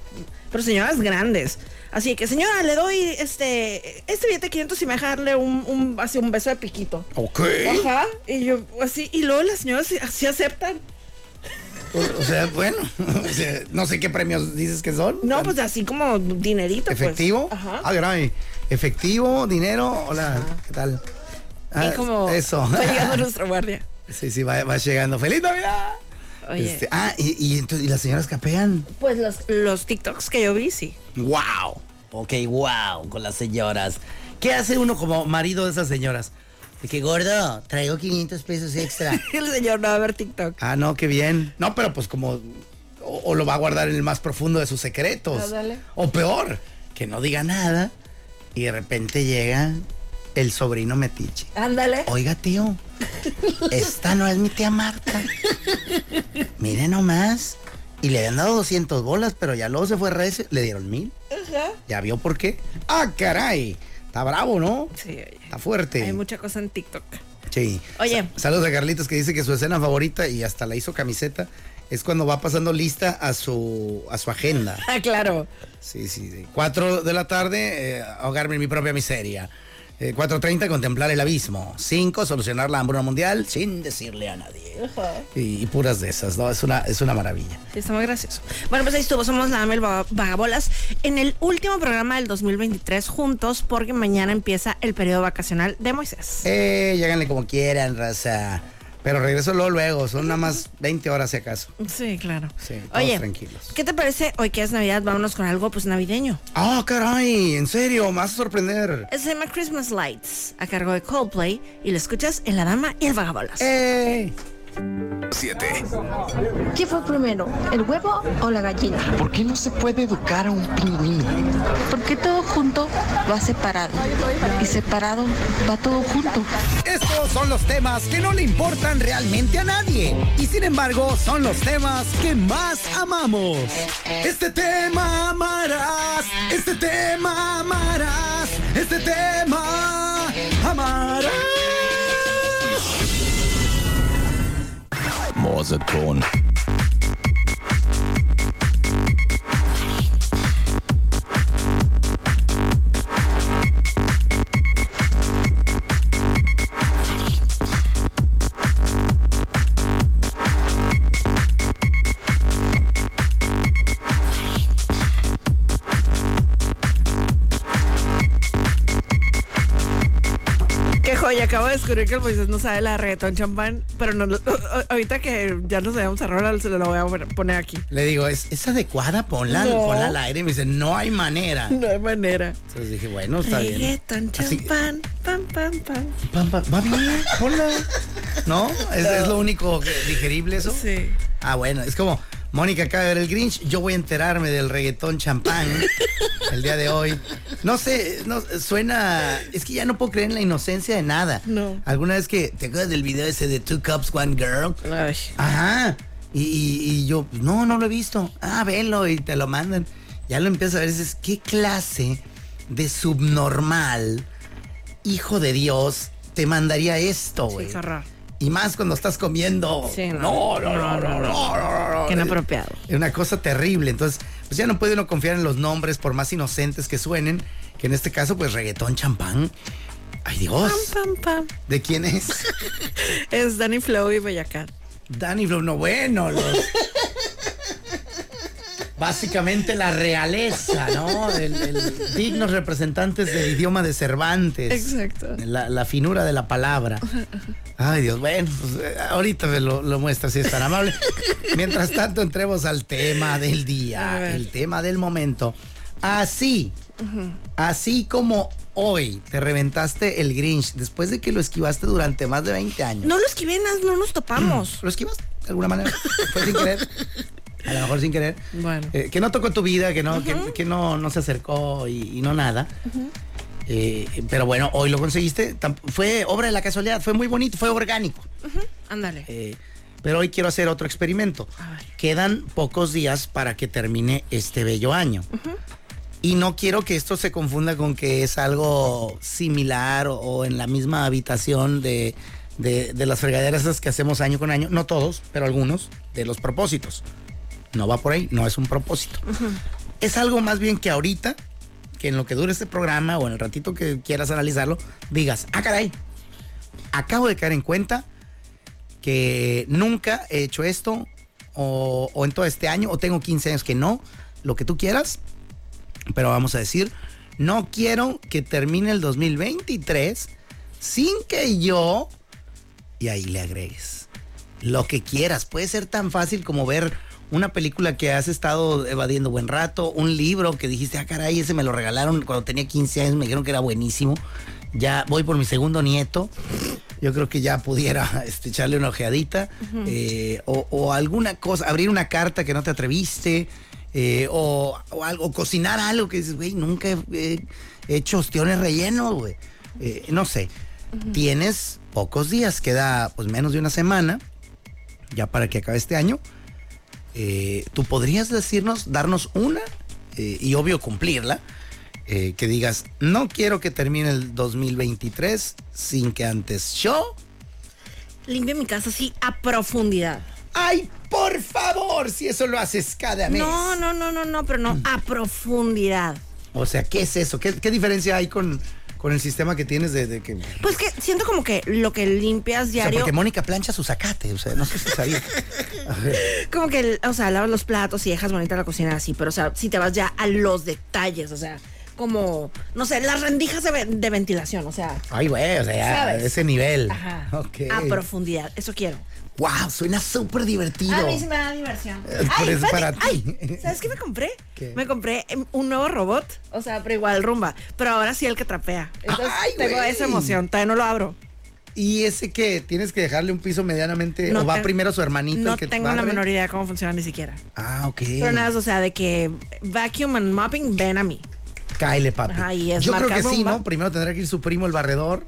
B: pero señoras grandes. Así que, señora, le doy este este billete de 500 y me deja darle un, un, así un beso de piquito.
D: Ok.
B: Ajá, y yo así, y luego las señoras así aceptan.
D: O sea, bueno, o sea, no sé qué premios dices que son.
B: No, pues así como dinerito. pues.
D: ¿Efectivo?
B: Ajá.
D: Ah, caray. ¿Efectivo? ¿Dinero? Hola, ¿qué tal? Ah,
B: y como
D: Eso.
B: fue llegando nuestro guardia.
D: sí, sí, va, va llegando. ¡Feliz Navidad!
B: Oye,
D: Este, ah, y, y entonces, ¿y las señoras capean?
B: pues los, los TikToks que yo vi, sí.
D: ¡Wow! Ok, wow, con las señoras. ¿Qué hace uno como marido de esas señoras? De que, gordo, traigo 500 pesos extra.
B: El señor no va a ver TikTok.
D: Ah, no, qué bien. No, pero pues como. O, o lo va a guardar en el más profundo de sus secretos.
B: Ah, dale.
D: O peor, que no diga nada y de repente llega el sobrino metiche.
B: Ándale.
D: Oiga, tío, esta no es mi tía Marta. Mire nomás. Y le habían dado 200 bolas, pero ya luego se fue recio. Le dieron mil.
B: Ajá.
D: Ya vio por qué. ¡Ah, caray! Está bravo, ¿no?
B: Sí, oye.
D: Está fuerte.
B: Hay mucha cosa en TikTok.
D: Sí.
B: Oye.
D: Sa- saludos a Carlitos que dice que su escena favorita y hasta la hizo camiseta es cuando va pasando lista a su a su agenda.
B: Ah, claro.
D: Sí, sí. de Cuatro de la tarde, eh, ahogarme en mi propia miseria. Eh, 4.30, contemplar el abismo. 5, solucionar la hambruna mundial sin decirle a nadie. Y, y puras de esas, ¿no? Es una, es una maravilla.
B: Sí, está muy gracioso. Bueno, pues ahí estuvo. Somos la Dama y el Vaga- Vagabolas. En el último programa del 2023 juntos, porque mañana empieza el periodo vacacional de Moisés.
D: Eh, lléganle como quieran, raza. Pero regreso luego, luego. Son nada más 20 horas si acaso.
B: Sí, claro.
D: Sí, todos
B: Oye,
D: tranquilos.
B: ¿qué te parece hoy que es Navidad? Vámonos con algo pues navideño.
D: ¡Ah, caray! En serio, me vas a sorprender.
B: Es tema Christmas Lights, a cargo de Coldplay, y lo escuchas en La Dama y el Vagabolas.
D: ¡Eh!
A: 7.
E: ¿Qué fue primero, el huevo o la gallina?
F: ¿Por qué no se puede educar a un pingüino?
E: Porque todo junto va separado y separado va todo junto.
D: Estos son los temas que no le importan realmente a nadie. Y sin embargo, son los temas que más amamos. Este tema amarás. Este tema amarás. Este tema amarás.
G: Morseton.
B: Qué joya, acabo de descubrir que el Moisés no sabe la de reggaetón champán, pero no, lo- a- ahorita que ya nos habíamos cerrado, se lo voy a poner- poner aquí.
D: Le digo, ¿es, es adecuada? Ponla,
B: No.
D: ponla al aire. Y me dice, no hay manera.
B: No hay manera.
D: Entonces dije, bueno, está bien.
B: Reggaetón
D: Así-
B: champán, pam, pam, pam.
D: Va, va- va bien, ponla. ¿No? ¿Es, es lo único que- digerible eso?
B: Sí.
D: Ah, bueno, es como, Mónica acaba de ver el Grinch. Yo voy a enterarme del reggaetón champán el día de hoy. No sé, no, suena. Es que ya no puedo creer en la inocencia de nada.
B: No.
D: Alguna vez que. ¿Te acuerdas del video ese de Two Cups, One Girl?
B: Ay.
D: Ajá. Y, y- y yo, no, no lo he visto. Ah, velo y te lo mandan. Ya lo empiezas a ver. Dices, ¿qué clase de subnormal, hijo de Dios, te mandaría esto, güey?
B: qué horror.
D: y más cuando estás comiendo.
B: Sí,
D: no, no, no, no, no, no, no.
B: Qué inapropiado.
D: Es una cosa terrible. Entonces, pues ya no puede uno confiar en los nombres, por más inocentes que suenen, que en este caso, pues reggaetón champán. Ay, Dios.
B: Pam, pam, pam.
D: ¿De quién es?
B: Es Danny Flow y Bellacat.
D: Danny Flow, no bueno. los- Básicamente la realeza, ¿no? El- el- dignos representantes del idioma de Cervantes.
B: Exacto.
D: La, la finura de la palabra. Ay, Dios, bueno, pues, eh, ahorita me lo, lo muestra si es tan amable. Mientras tanto, entremos al tema del
B: A ver.
D: día, el tema del momento. Así, así como hoy te reventaste el Grinch después de que lo esquivaste durante más de 20 años.
B: No los quivenas, no nos topamos.
D: ¿Lo esquivas? De alguna manera. Fue sin querer. A lo mejor sin querer.
B: Bueno.
D: Eh, que no tocó tu vida, que no, que, que no, no se acercó y, y no nada. Eh, pero bueno, hoy lo conseguiste. Tam- Fue obra de la casualidad, fue muy bonito, fue orgánico.
B: Ándale.
D: Eh, pero hoy quiero hacer otro experimento.
B: A ver.
D: Quedan pocos días para que termine este bello año. Y no quiero que esto se confunda con que es algo similar o, o en la misma habitación de, de- de las fregaderas esas que hacemos año con año. No todos, pero algunos de los propósitos. No va por ahí, no es un propósito. Es algo más bien que ahorita, que en lo que dure este programa o en el ratito que quieras analizarlo, digas, ah, caray, acabo de caer en cuenta que nunca he hecho esto o, o en todo este año o tengo 15 años que no, lo que tú quieras, pero vamos a decir, no quiero que termine el 2023 sin que yo, y ahí le agregues, lo que quieras, puede ser tan fácil como ver una película que has estado evadiendo buen rato, un libro que dijiste, ah caray, ese me lo regalaron cuando tenía 15 años, me dijeron que era buenísimo, ya voy por mi segundo nieto, yo creo que ya pudiera este, echarle una ojeadita eh, o, o alguna cosa, abrir una carta que no te atreviste eh, o, o algo, o cocinar algo que dices, güey, nunca he, he hecho ostiones rellenos, güey. Eh, no sé, tienes pocos días, queda pues menos de una semana ya para que acabe este año. Eh, Tú podrías decirnos, darnos una eh, y obvio cumplirla. eh, que digas, no quiero que termine el 2023 sin que antes yo
B: Limpia mi casa así a profundidad.
D: ¡Ay, por favor! Si eso lo haces cada mes.
B: No, no, no, no, no, pero no a profundidad.
D: O sea, ¿qué es eso? ¿Qué, qué diferencia hay con, con el sistema que tienes de, de que. o sea,
B: Pues que siento como que lo que limpias diario,
D: porque Mónica plancha su zacate. O sea, no sé si sabía. A ver,
B: como que, o sea, lavas los platos y dejas bonita la cocina así, pero o sea, si te vas ya a los detalles, o sea, como, no sé, las rendijas de, ve- de ventilación, o sea,
D: Ay, güey, o sea, ya,
B: ¿Sabes?
D: ese nivel.
B: ajá, Ah,
D: Ok.
B: a profundidad, eso quiero.
D: ¡Wow! Suena súper divertido.
B: A mí se me da diversión.
D: Eh, pero es
B: espérate,
D: para ti.
B: ay, ¿Sabes qué me compré?
D: ¿Qué?
B: Me compré em, un nuevo robot, o sea, pero igual rumba, pero ahora sí el que trapea. Entonces
D: Ay,
B: tengo
D: güey.
B: esa emoción, todavía no lo abro.
D: ¿Y ese que tienes que dejarle un piso medianamente? Eh, ¿O va
B: te-
D: primero su hermanito?
B: No
D: el que
B: tengo la
D: barre?
B: menor idea de cómo funciona ni siquiera.
D: Ah, ok.
B: Pero nada, o sea, de que vacuum and mopping, ven a mí.
D: Cáele, papi.
B: Ajá, y es
D: Yo creo
B: marca
D: que sí,
B: rumba.
D: ¿no? Primero tendrá que ir su primo, el barredor,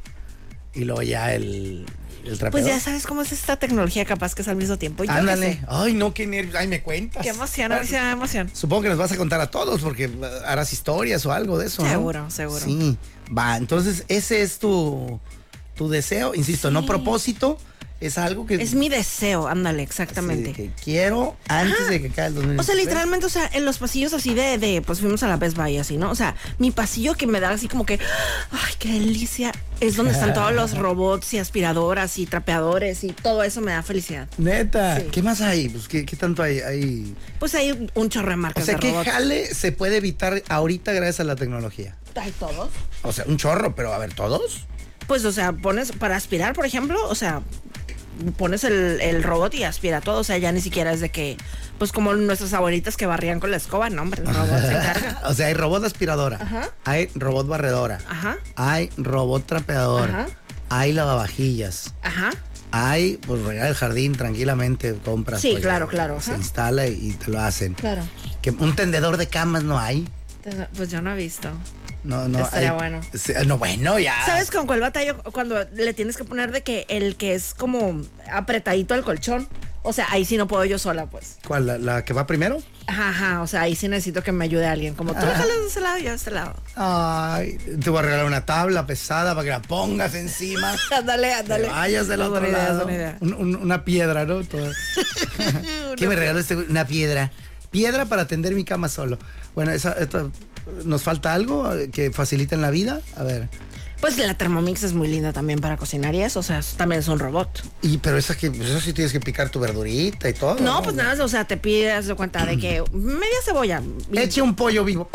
D: y luego ya el, el
B: Pues
D: trapeador.
B: ya sabes cómo es esta tecnología, capaz que es al mismo tiempo. Yo qué
D: Ándale.
B: sé.
D: Ay, no, qué nervios. Ay, me cuentas.
B: Qué emoción, a ver si me da emoción.
D: Supongo que nos vas a contar a todos porque eh, harás historias o algo de eso, ¿no?
B: Seguro, seguro.
D: Sí. Va, entonces ese es tu, tu deseo. Insisto, no propósito. Es algo que...
B: Es mi deseo, ándale, exactamente.
D: sí, que quiero antes de que caiga el 2023.
B: O sea, literalmente, o sea, en los pasillos así de, de, pues fuimos a la Best Buy así, ¿no? O sea, mi pasillo que me da así como que, ay, qué delicia, es donde están todos los robots y aspiradoras y trapeadores y todo eso me da felicidad.
D: Neta.
B: Sí.
D: ¿Qué más hay? Pues, ¿qué, qué tanto hay? hay?
B: Pues hay un chorro de
D: O
B: marcas
D: sea,
B: de
D: ¿qué
B: robots.
D: jale se puede evitar ahorita gracias a la tecnología?
B: Hay todos.
D: O sea, un chorro, pero a ver, ¿todos?
B: Pues, o sea, pones para aspirar, por ejemplo, o sea, pones el, el robot y aspira todo. O sea, ya ni siquiera es de que, pues como nuestras abuelitas que barrían con la escoba, no, hombre, el robot se encarga.
D: o sea, hay robot aspiradora,
B: Ah. Ajá.
D: hay robot barredora,
B: Ajá.
D: hay robot trapeador,
B: Ajá.
D: hay lavavajillas,
B: Ajá.
D: hay, pues regala el jardín tranquilamente, compras.
B: Sí,
D: pues,
B: claro, claro,
D: Se
B: ajá.
D: instala y, y te lo hacen.
B: Claro.
D: Que un tendedor de camas no hay.
B: Entonces, Pues yo no he visto.
D: No, no.
B: Estaría
D: hay-
B: bueno.
D: Sí, No, bueno, ya.
B: ¿Sabes con cuál batallo? Cuando le tienes que poner de que el que es como apretadito al colchón. O sea, ahí sí no puedo yo sola, pues.
D: ¿Cuál? ¿La, la que va primero?
B: Ajá, ajá. O sea, ahí sí necesito que me ayude alguien. Como tú me jalas de ese lado y yo de este lado.
D: Ay, te voy a regalar una tabla pesada para que la pongas encima.
B: Ándale,
D: Te
B: ándale.
D: vayas del
B: Es
D: otro
B: buena idea, es
D: lado.
B: buena idea.
D: Un- un- una piedra, ¿no? Todo. ¿Qué me regaló este güey? Una piedra. Piedra para tender mi cama solo. Bueno, esa, esta- ¿nos falta algo eh, que facilite en la vida? A ver.
B: Pues la Thermomix es muy linda también para cocinar y eso. O sea, eso también es un robot.
D: Y, pero esa que, pues, eso sí tienes que picar tu verdurita y todo.
B: No, pues nada, más, o sea, te pides de cuenta de que media cebolla. y-
D: Eche un pollo vivo.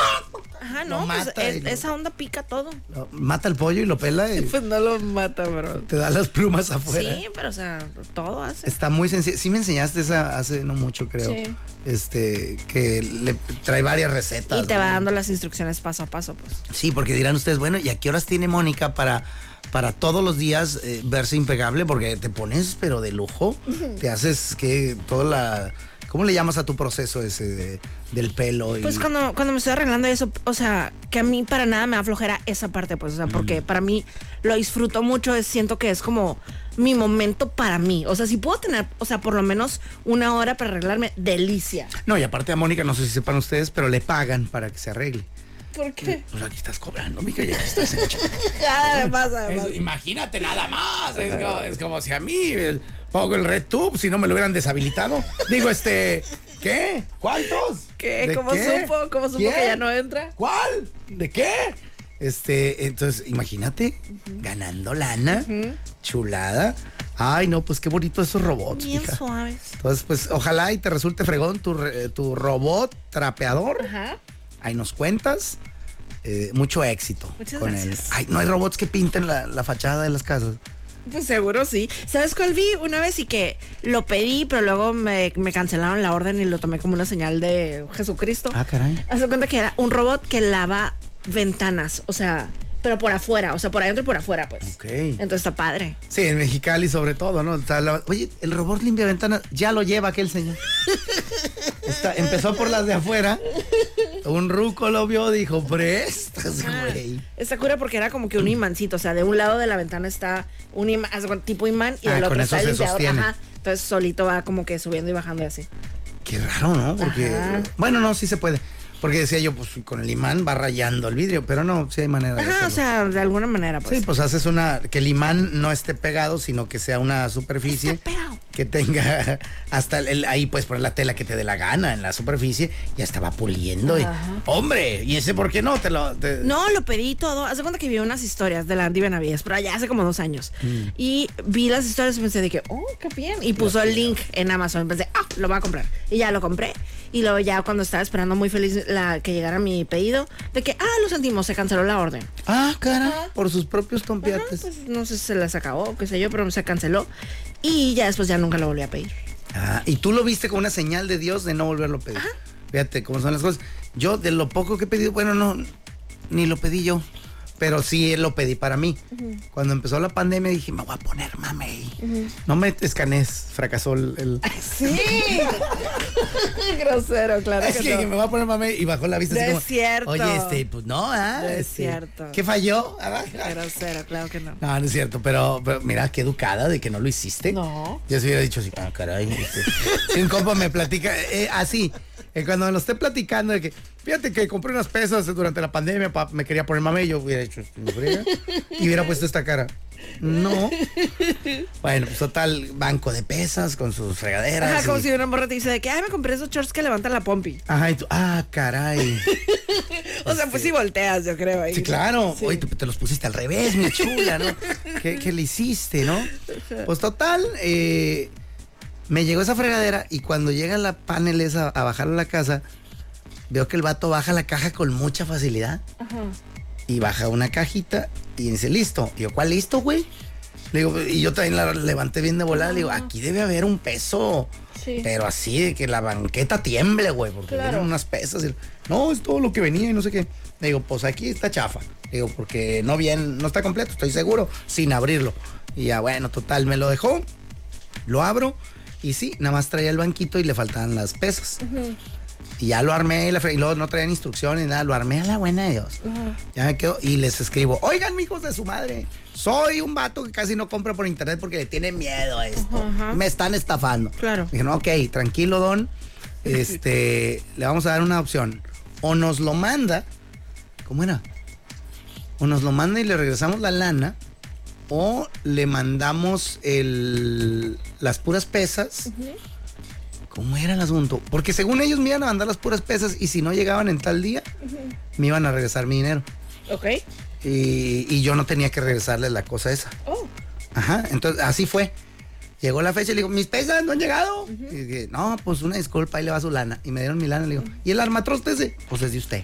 B: Ajá,
D: lo
B: no, pues
D: mata y
B: es-
D: lo-
B: esa onda pica todo.
D: Lo- Mata el pollo y lo pela y
B: Pues no lo mata, bro.
D: te da las plumas afuera.
B: Sí, pero o sea, todo hace.
D: Está muy sencillo. Sí me enseñaste esa hace no mucho, creo.
B: Sí.
D: Este, que le trae varias recetas.
B: Y te
D: ¿no?
B: va dando las instrucciones paso a paso, pues.
D: Sí, porque dirán ustedes, bueno, ¿y a qué horas tiene Mónica para, para todos los días eh, verse impecable? Porque te pones, pero de lujo, te haces que toda la... ¿Cómo le llamas a tu proceso ese de- del pelo? y-
B: Pues cuando, cuando me estoy arreglando eso, o sea, que a mí para nada me aflojera esa parte, pues, o sea, porque para mí lo disfruto mucho, es- siento que es como mi momento para mí. O sea, si puedo tener, o sea, por lo menos una hora para arreglarme, delicia.
D: No, y aparte a Mónica, no sé si sepan ustedes, pero le pagan para que se arregle.
B: ¿Por qué? Ah,
D: Pues aquí estás cobrando, mica, ya estás hecha.
B: Además, además.
D: Es- imagínate nada más. Es, co- es como si a mí el- pongo el Red Tube, si no me lo hubieran deshabilitado. Digo, este. ¿Qué? ¿Cuántos?
B: ¿Qué?
D: ¿De
B: ¿Cómo supo? ¿Cómo supo que ya no entra?
D: ¿Cuál? ¿De qué? Este, entonces, imagínate, ganando lana, chulada. Ay, no, pues qué bonito esos robots.
B: Bien
D: mija.
B: suaves.
D: Entonces, pues ojalá y te resulte fregón tu, re- eh, tu robot trapeador.
B: Ajá.
D: Ahí nos cuentas. Eh, mucho éxito.
B: Muchas
D: él.
B: gracias.
D: Ay, no hay robots que pinten la, la fachada de las casas.
B: Pues seguro sí. ¿Sabes cuál vi una vez y que lo pedí, pero luego me, me cancelaron la orden y lo tomé como una señal de Jesucristo?
D: Ah, caray.
B: Haz de cuenta que era un robot que lava ventanas, o sea, pero por afuera, o sea, por adentro y por afuera, pues.
D: Ok.
B: Entonces está padre.
D: Sí, en Mexicali sobre todo, ¿no? Está la- Oye, el robot limpia ventanas ya lo lleva aquel señor. Está- empezó por las de afuera. Un ruco lo vio, dijo, prestas,
B: Ah.
D: güey.
B: Está cura porque era como que
D: Mm.
B: un imancito, o sea, de un lado de la ventana está un imán, haz de cuenta, tipo imán y
D: Ah,
B: del
D: con
B: otro
D: eso
B: está el
D: se
B: limpiador.
D: sostiene.
B: Ajá. Entonces solito va como que subiendo y bajando y así.
D: Qué raro, ¿no? Porque,
B: Ajá.
D: bueno, no, sí se puede. Porque decía yo, pues con el imán va rayando el vidrio, pero no, sí hay manera de
B: Ajá,
D: hacerlo.
B: o sea, de alguna manera, pues.
D: Sí, pues haces una, que el imán no esté pegado, sino que sea una superficie
B: Está pegado.
D: que tenga hasta el- el- ahí puedes poner la tela que te dé la gana en la superficie y hasta va puliendo. y- hombre, ¿y ese por qué no? Te lo, te-
B: No, lo pedí todo. Hace cuenta que vi unas historias de la Andy Benavides, pero allá hace como dos años.
D: Mm.
B: Y vi las historias y pensé de que, oh, qué bien. Y puso el link en Amazon. Pensé, ah, lo voy a comprar. Y ya lo compré. Y luego ya cuando estaba esperando muy feliz la que llegara mi pedido, de que, ah, lo sentimos, se canceló la orden.
D: Ah, cara, por sus propios
B: Ajá,
D: tompiates.
B: pues, no sé si se las acabó, qué sé yo, pero se canceló. Y ya después ya nunca lo volví a pedir.
D: Ah, y tú lo viste como una señal de Dios de no volverlo a pedir. Fíjate cómo son las cosas. Yo, de lo poco que he pedido, bueno, no, ni lo pedí yo, pero sí lo pedí para mí. Cuando empezó la pandemia dije, me voy a poner mamey. No me escanees, fracasó el. el-
B: Sí. Grosero, claro.
D: Es que, me voy a poner mamey y bajó la vista.
B: No
D: así
B: es
D: como,
B: cierto.
D: Oye, este, pues no, ah.
B: No es
D: este,
B: cierto.
D: ¿Qué falló? Ah,
B: Grosero, claro que no.
D: No, no es cierto, pero, pero mira qué educada de que no lo hiciste.
B: No.
D: Yo se hubiera dicho así, ah, caray. este, si un compa me platica, eh, así, eh, cuando me lo esté platicando de que, fíjate que compré unas pesas durante la pandemia, pa- me quería poner mame, yo hubiera hecho, "Me friega", y hubiera puesto esta cara. No. Bueno, pues total, banco de pesas con sus fregaderas.
B: Ajá, como
D: y-
B: si una morra te dice de que, ay, me compré esos shorts que levantan la pompi.
D: Ajá, y tú, ah, caray.
B: O sea, pues sí volteas, yo creo. Ahí.
D: Sí, claro. Oye, te, te los pusiste al revés, mi chula, ¿no? ¿Qué, qué le hiciste, no? Pues total, eh, me llegó esa fregadera y cuando llega la panel esa a bajar a la casa, veo que el vato baja la caja con mucha facilidad. Y baja una cajita y dice, listo. Y yo, ¿cuál listo, güey? Le digo, y yo también la levanté bien de volada. Le digo, aquí debe haber un peso. Pero así, de que la banqueta tiemble, güey, porque eran unas pesas. y- no, es todo lo que venía y no sé qué. Le digo, pues aquí está chafa. Le digo, porque no bien, no está completo, estoy seguro, sin abrirlo. Y ya, bueno, total, me lo dejó. Lo abro y sí, nada más traía el banquito y le faltaban las pesas. Y ya lo armé y, la fre- y luego no traían instrucciones ni nada, lo armé a la buena de Dios. Ya me quedo y les escribo, oigan, mijos de su madre, soy un vato que casi no compra por internet porque le tiene miedo a esto. Me están estafando.
B: Claro.
D: Dijeron, ok, tranquilo, don. Este, le vamos a dar una opción. O nos lo manda. ¿Cómo era? O nos lo manda y le regresamos la lana. O le mandamos el, las puras pesas. ¿Cómo era el asunto? Porque según ellos me iban a mandar las puras pesas y si no llegaban en tal día, me iban a regresar mi dinero.
B: Ok.
D: Y, y yo no tenía que regresarles la cosa esa.
B: Oh.
D: Ajá, entonces así fue. Llegó la fecha y le digo, mis pesas no han llegado. Y dije, no, pues una disculpa, ahí le va su lana. Y me dieron mi lana y le digo, ¿y el armatroz ese? Pues es de usted.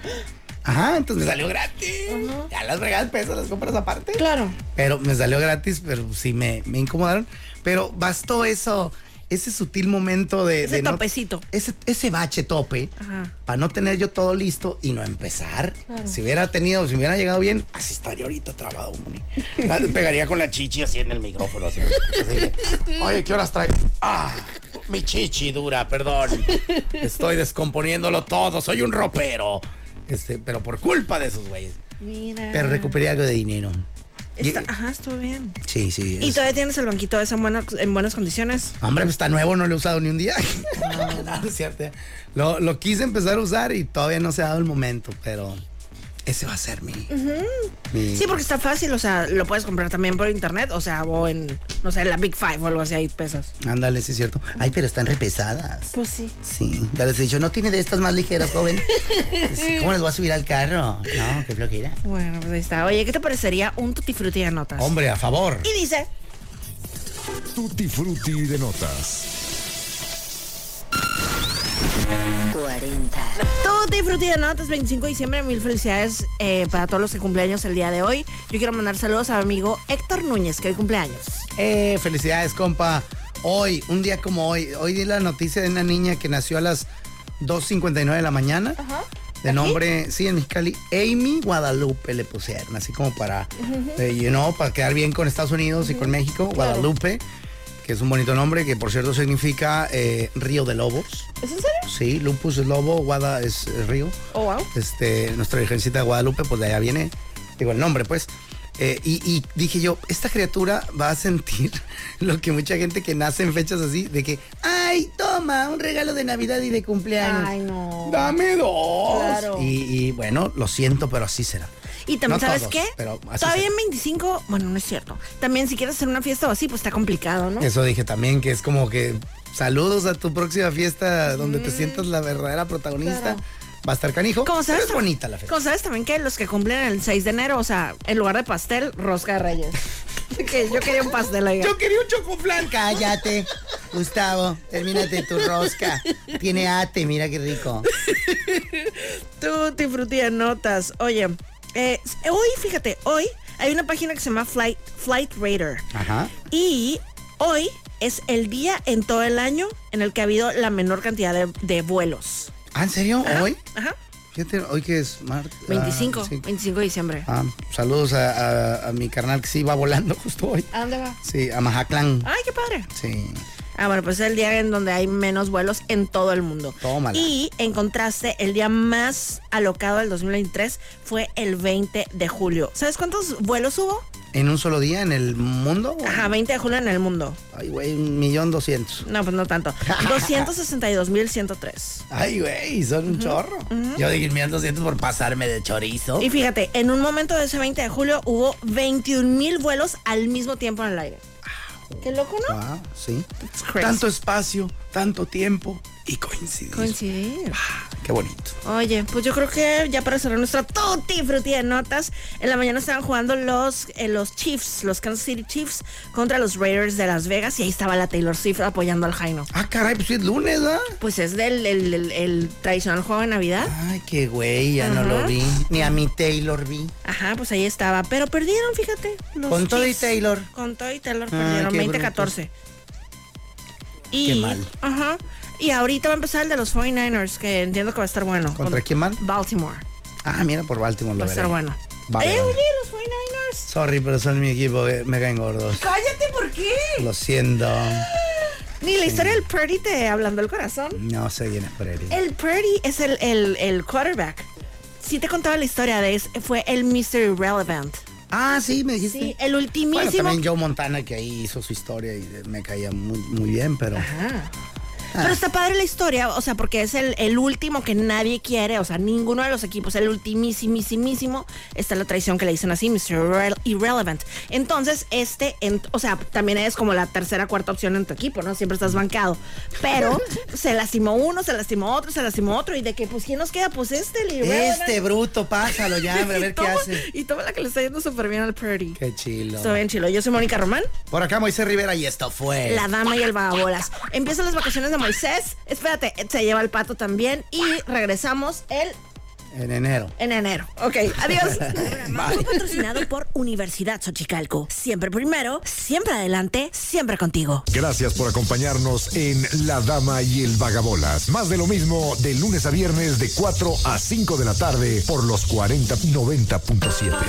D: Ajá, entonces me salió gratis. Ya las regadas pesas las compras aparte.
B: Claro.
D: Pero me salió gratis, pero sí me, me incomodaron. Pero bastó eso, ese sutil momento de...
B: Ese
D: de no-
B: topecito.
D: ese, ese bache tope,
B: Ajá.
D: para no tener yo todo listo y no empezar. Si hubiera tenido, si hubiera llegado bien, así estaría ahorita trabado, Moni. Ah, Pegaría con la chichi así en el micrófono. así. Así que, Oye, ¿qué horas trae? Ah, mi chichi dura, perdón. Estoy descomponiéndolo todo, soy un ropero. Este, pero por culpa de esos güeyes.
B: Mira.
D: Pero recuperé algo de dinero.
B: Ah. Está- ajá, estuvo bien.
D: Sí, sí.
B: Y
D: es-
B: todavía tienes el banquito ese en, buena- en buenas condiciones.
D: Hombre, pues está nuevo, no lo he usado ni un día. No, no es cierto. Lo, lo quise empezar a usar y todavía no se ha dado el momento, pero ese va a ser mi. mi-
B: Sí, porque está fácil, o sea, lo puedes comprar también por internet, o sea, o en, no sé, la Big Five o algo así, hay pesos.
D: Ándale, sí es cierto. Ay, pero están repesadas.
B: Pues sí.
D: Sí, ya les he dicho, no tiene de estas más ligeras, joven. Sí, ¿Cómo les voy a subir al carro? No, qué flojera.
B: Bueno, pues ahí está. Oye, ¿qué te parecería un tutti frutti de notas?
D: Hombre, a favor.
B: Y dice,
A: Tutti Frutti de notas.
C: 40.
B: tutti frutti de notas, 25 de diciembre, mil felicidades eh, para todos los que cumpleaños el día de hoy. Yo quiero mandar saludos a mi amigo Héctor Núñez, que hoy cumpleaños.
D: Eh, felicidades, compa. Hoy, un día como hoy, hoy di la noticia de una niña que nació a las 2.59 de la mañana. De nombre, sí, en Mexicali, Amy Guadalupe le pusieron, así como para, eh, you know, para quedar bien con Estados Unidos y con México, Guadalupe, que es un bonito nombre, que por cierto significa eh, río de lobos.
B: ¿Es en serio?
D: Sí, lupus es lobo, guada es eh, río
B: Oh, wow.
D: este, nuestra Virgencita de Guadalupe, pues de allá viene, digo, el nombre, pues. Eh, y, y dije yo, esta criatura va a sentir lo que mucha gente que nace en fechas así, de que, ay, toma, un regalo de Navidad y de cumpleaños.
B: Ay, no.
D: Dame dos.
B: Claro.
D: Y, y, bueno, lo siento, pero así será.
B: Y también,
D: No
B: ¿sabes
D: todos,
B: qué?
D: pero así
B: Todavía
D: se-
B: en 25, bueno, no es cierto. También si quieres hacer una fiesta o así, pues está complicado, ¿no?
D: Eso dije también, que es como que saludos a tu próxima fiesta donde te sientas la verdadera protagonista. Va a estar canijo.
B: Mm. Como sabes,
D: pero es bonita la fiesta.
B: Como sabes también que los que cumplen el 6 de enero, o sea, en lugar de pastel, rosca de reyes. que yo quería un pastel, oiga.
D: Yo quería un chocoflan. Cállate, Gustavo. Termínate tu rosca. Tiene ate, mira qué rico.
B: Tú te frutías notas. Oye, eh, hoy, fíjate, hoy hay una página que se llama Flight, Flight Radar.
D: Ajá.
B: Y hoy es el día en todo el año en el que ha habido la menor cantidad de, de vuelos. Ah,
D: ¿Ah, en serio? ¿Hoy?
B: Ajá.
D: Fíjate, hoy que es martes. ah,
B: 25,
D: sí.
B: 25 de diciembre.
D: Ah, saludos a, a- a mi carnal que sí va volando justo hoy.
B: ¿A dónde va?
D: Sí, a Mazatlán.
B: Ay, qué padre.
D: Sí.
B: Ah, bueno, pues es el día en donde hay menos vuelos en todo el mundo.
D: Tómala.
B: Y en contraste, el día más alocado del 2023 fue el 20 de julio. ¿Sabes cuántos vuelos hubo?
D: ¿En un solo día en el mundo? güey?
B: Ajá, 20 de julio en el mundo.
D: Ay, güey, un millón doscientos.
B: No, pues no tanto. 262.103.
D: Ay, güey, son un chorro. Yo dije millón doscientos por pasarme de chorizo.
B: Y fíjate, en un momento de ese 20 de julio hubo 21.000 vuelos al mismo tiempo en el aire. Qué loco, ¿no?
D: Ah, sí.
B: It's crazy.
D: Tanto espacio, tanto tiempo y coincidir.
B: Coincidir.
D: Qué bonito.
B: Oye, pues yo creo que ya para cerrar nuestra tutti frutti de notas, en la mañana estaban jugando los, eh, los Chiefs, los Kansas City Chiefs contra los Raiders de Las Vegas y ahí estaba la Taylor Swift apoyando al Jaino.
D: Ah, caray, pues sí es lunes, ¿ah?
B: Pues es del el, el- el tradicional juego de Navidad.
D: Ay, qué güey, ya no lo vi. Ni a mi Taylor vi.
B: Ajá, pues ahí estaba. Pero perdieron, fíjate. los
D: Con todo y
B: Chiefs.
D: Taylor.
B: Con todo y Taylor
D: Ah,
B: perdieron
D: qué
B: 20-14. Y,
D: Qué mal.
B: Ajá. Y ahorita va a empezar el de los 49ers, que entiendo que va a estar bueno.
D: ¿Contra
B: Con-
D: quién van?
B: Baltimore.
D: Ah, mira, por Baltimore
B: Va
D: lo
B: a estar
D: veré.
B: bueno.
D: Vale,
B: eh,
D: vale.
B: oye, los 49ers.
D: Sorry, pero son mi equipo, eh, me caen gordos.
B: Cállate, ¿por qué?
D: Lo siento.
B: Ni la historia del Purdy te hablando el corazón.
D: No sé quién es Prairie.
B: El Purdy es el, el, el quarterback. Sí te contaba la historia de ese, fue el Mr. Irrelevant.
D: Ah, sí, me dijiste.
B: Sí, el
D: Bueno,
B: ultimísimo.
D: también Joe Montana que ahí hizo su historia y eh, me caía muy, muy bien, pero
B: Ah. Pero está padre la historia, o sea, porque es el, el último que nadie quiere, o sea, ninguno de los equipos, el ultimísimísimo, está la traición que le dicen así, Mr. Irre- Irrelevant. Entonces, este, en- o sea, también es como la tercera, cuarta opción en tu equipo, ¿no? Siempre estás bancado. Pero se lastimó uno, se lastimó otro, se lastimó otro, y de que, pues, ¿quién nos queda? Pues este, el Irrelevant.
D: este bruto, pásalo ya, hombre, a
B: Y
D: ver qué
B: toma-
D: hace.
B: Y toma la que le está yendo súper bien al Purdy.
D: Qué chilo.
B: Estoy bien chilo. Yo soy Mónica Román.
D: Por acá Moisés Rivera y esto fue.
B: La dama y el vagabolas. Empiezan las vacaciones de Moisés. Espérate, se lleva el pato también. Y regresamos el
D: En enero.
B: en enero. Ok, adiós. Patrocinado por Universidad Xochicalco. Siempre primero, siempre adelante, siempre contigo.
A: Gracias por acompañarnos en La Dama y el Vagabolas. Más de lo mismo de lunes a viernes de 4 a 5 de la tarde por los 4090.7.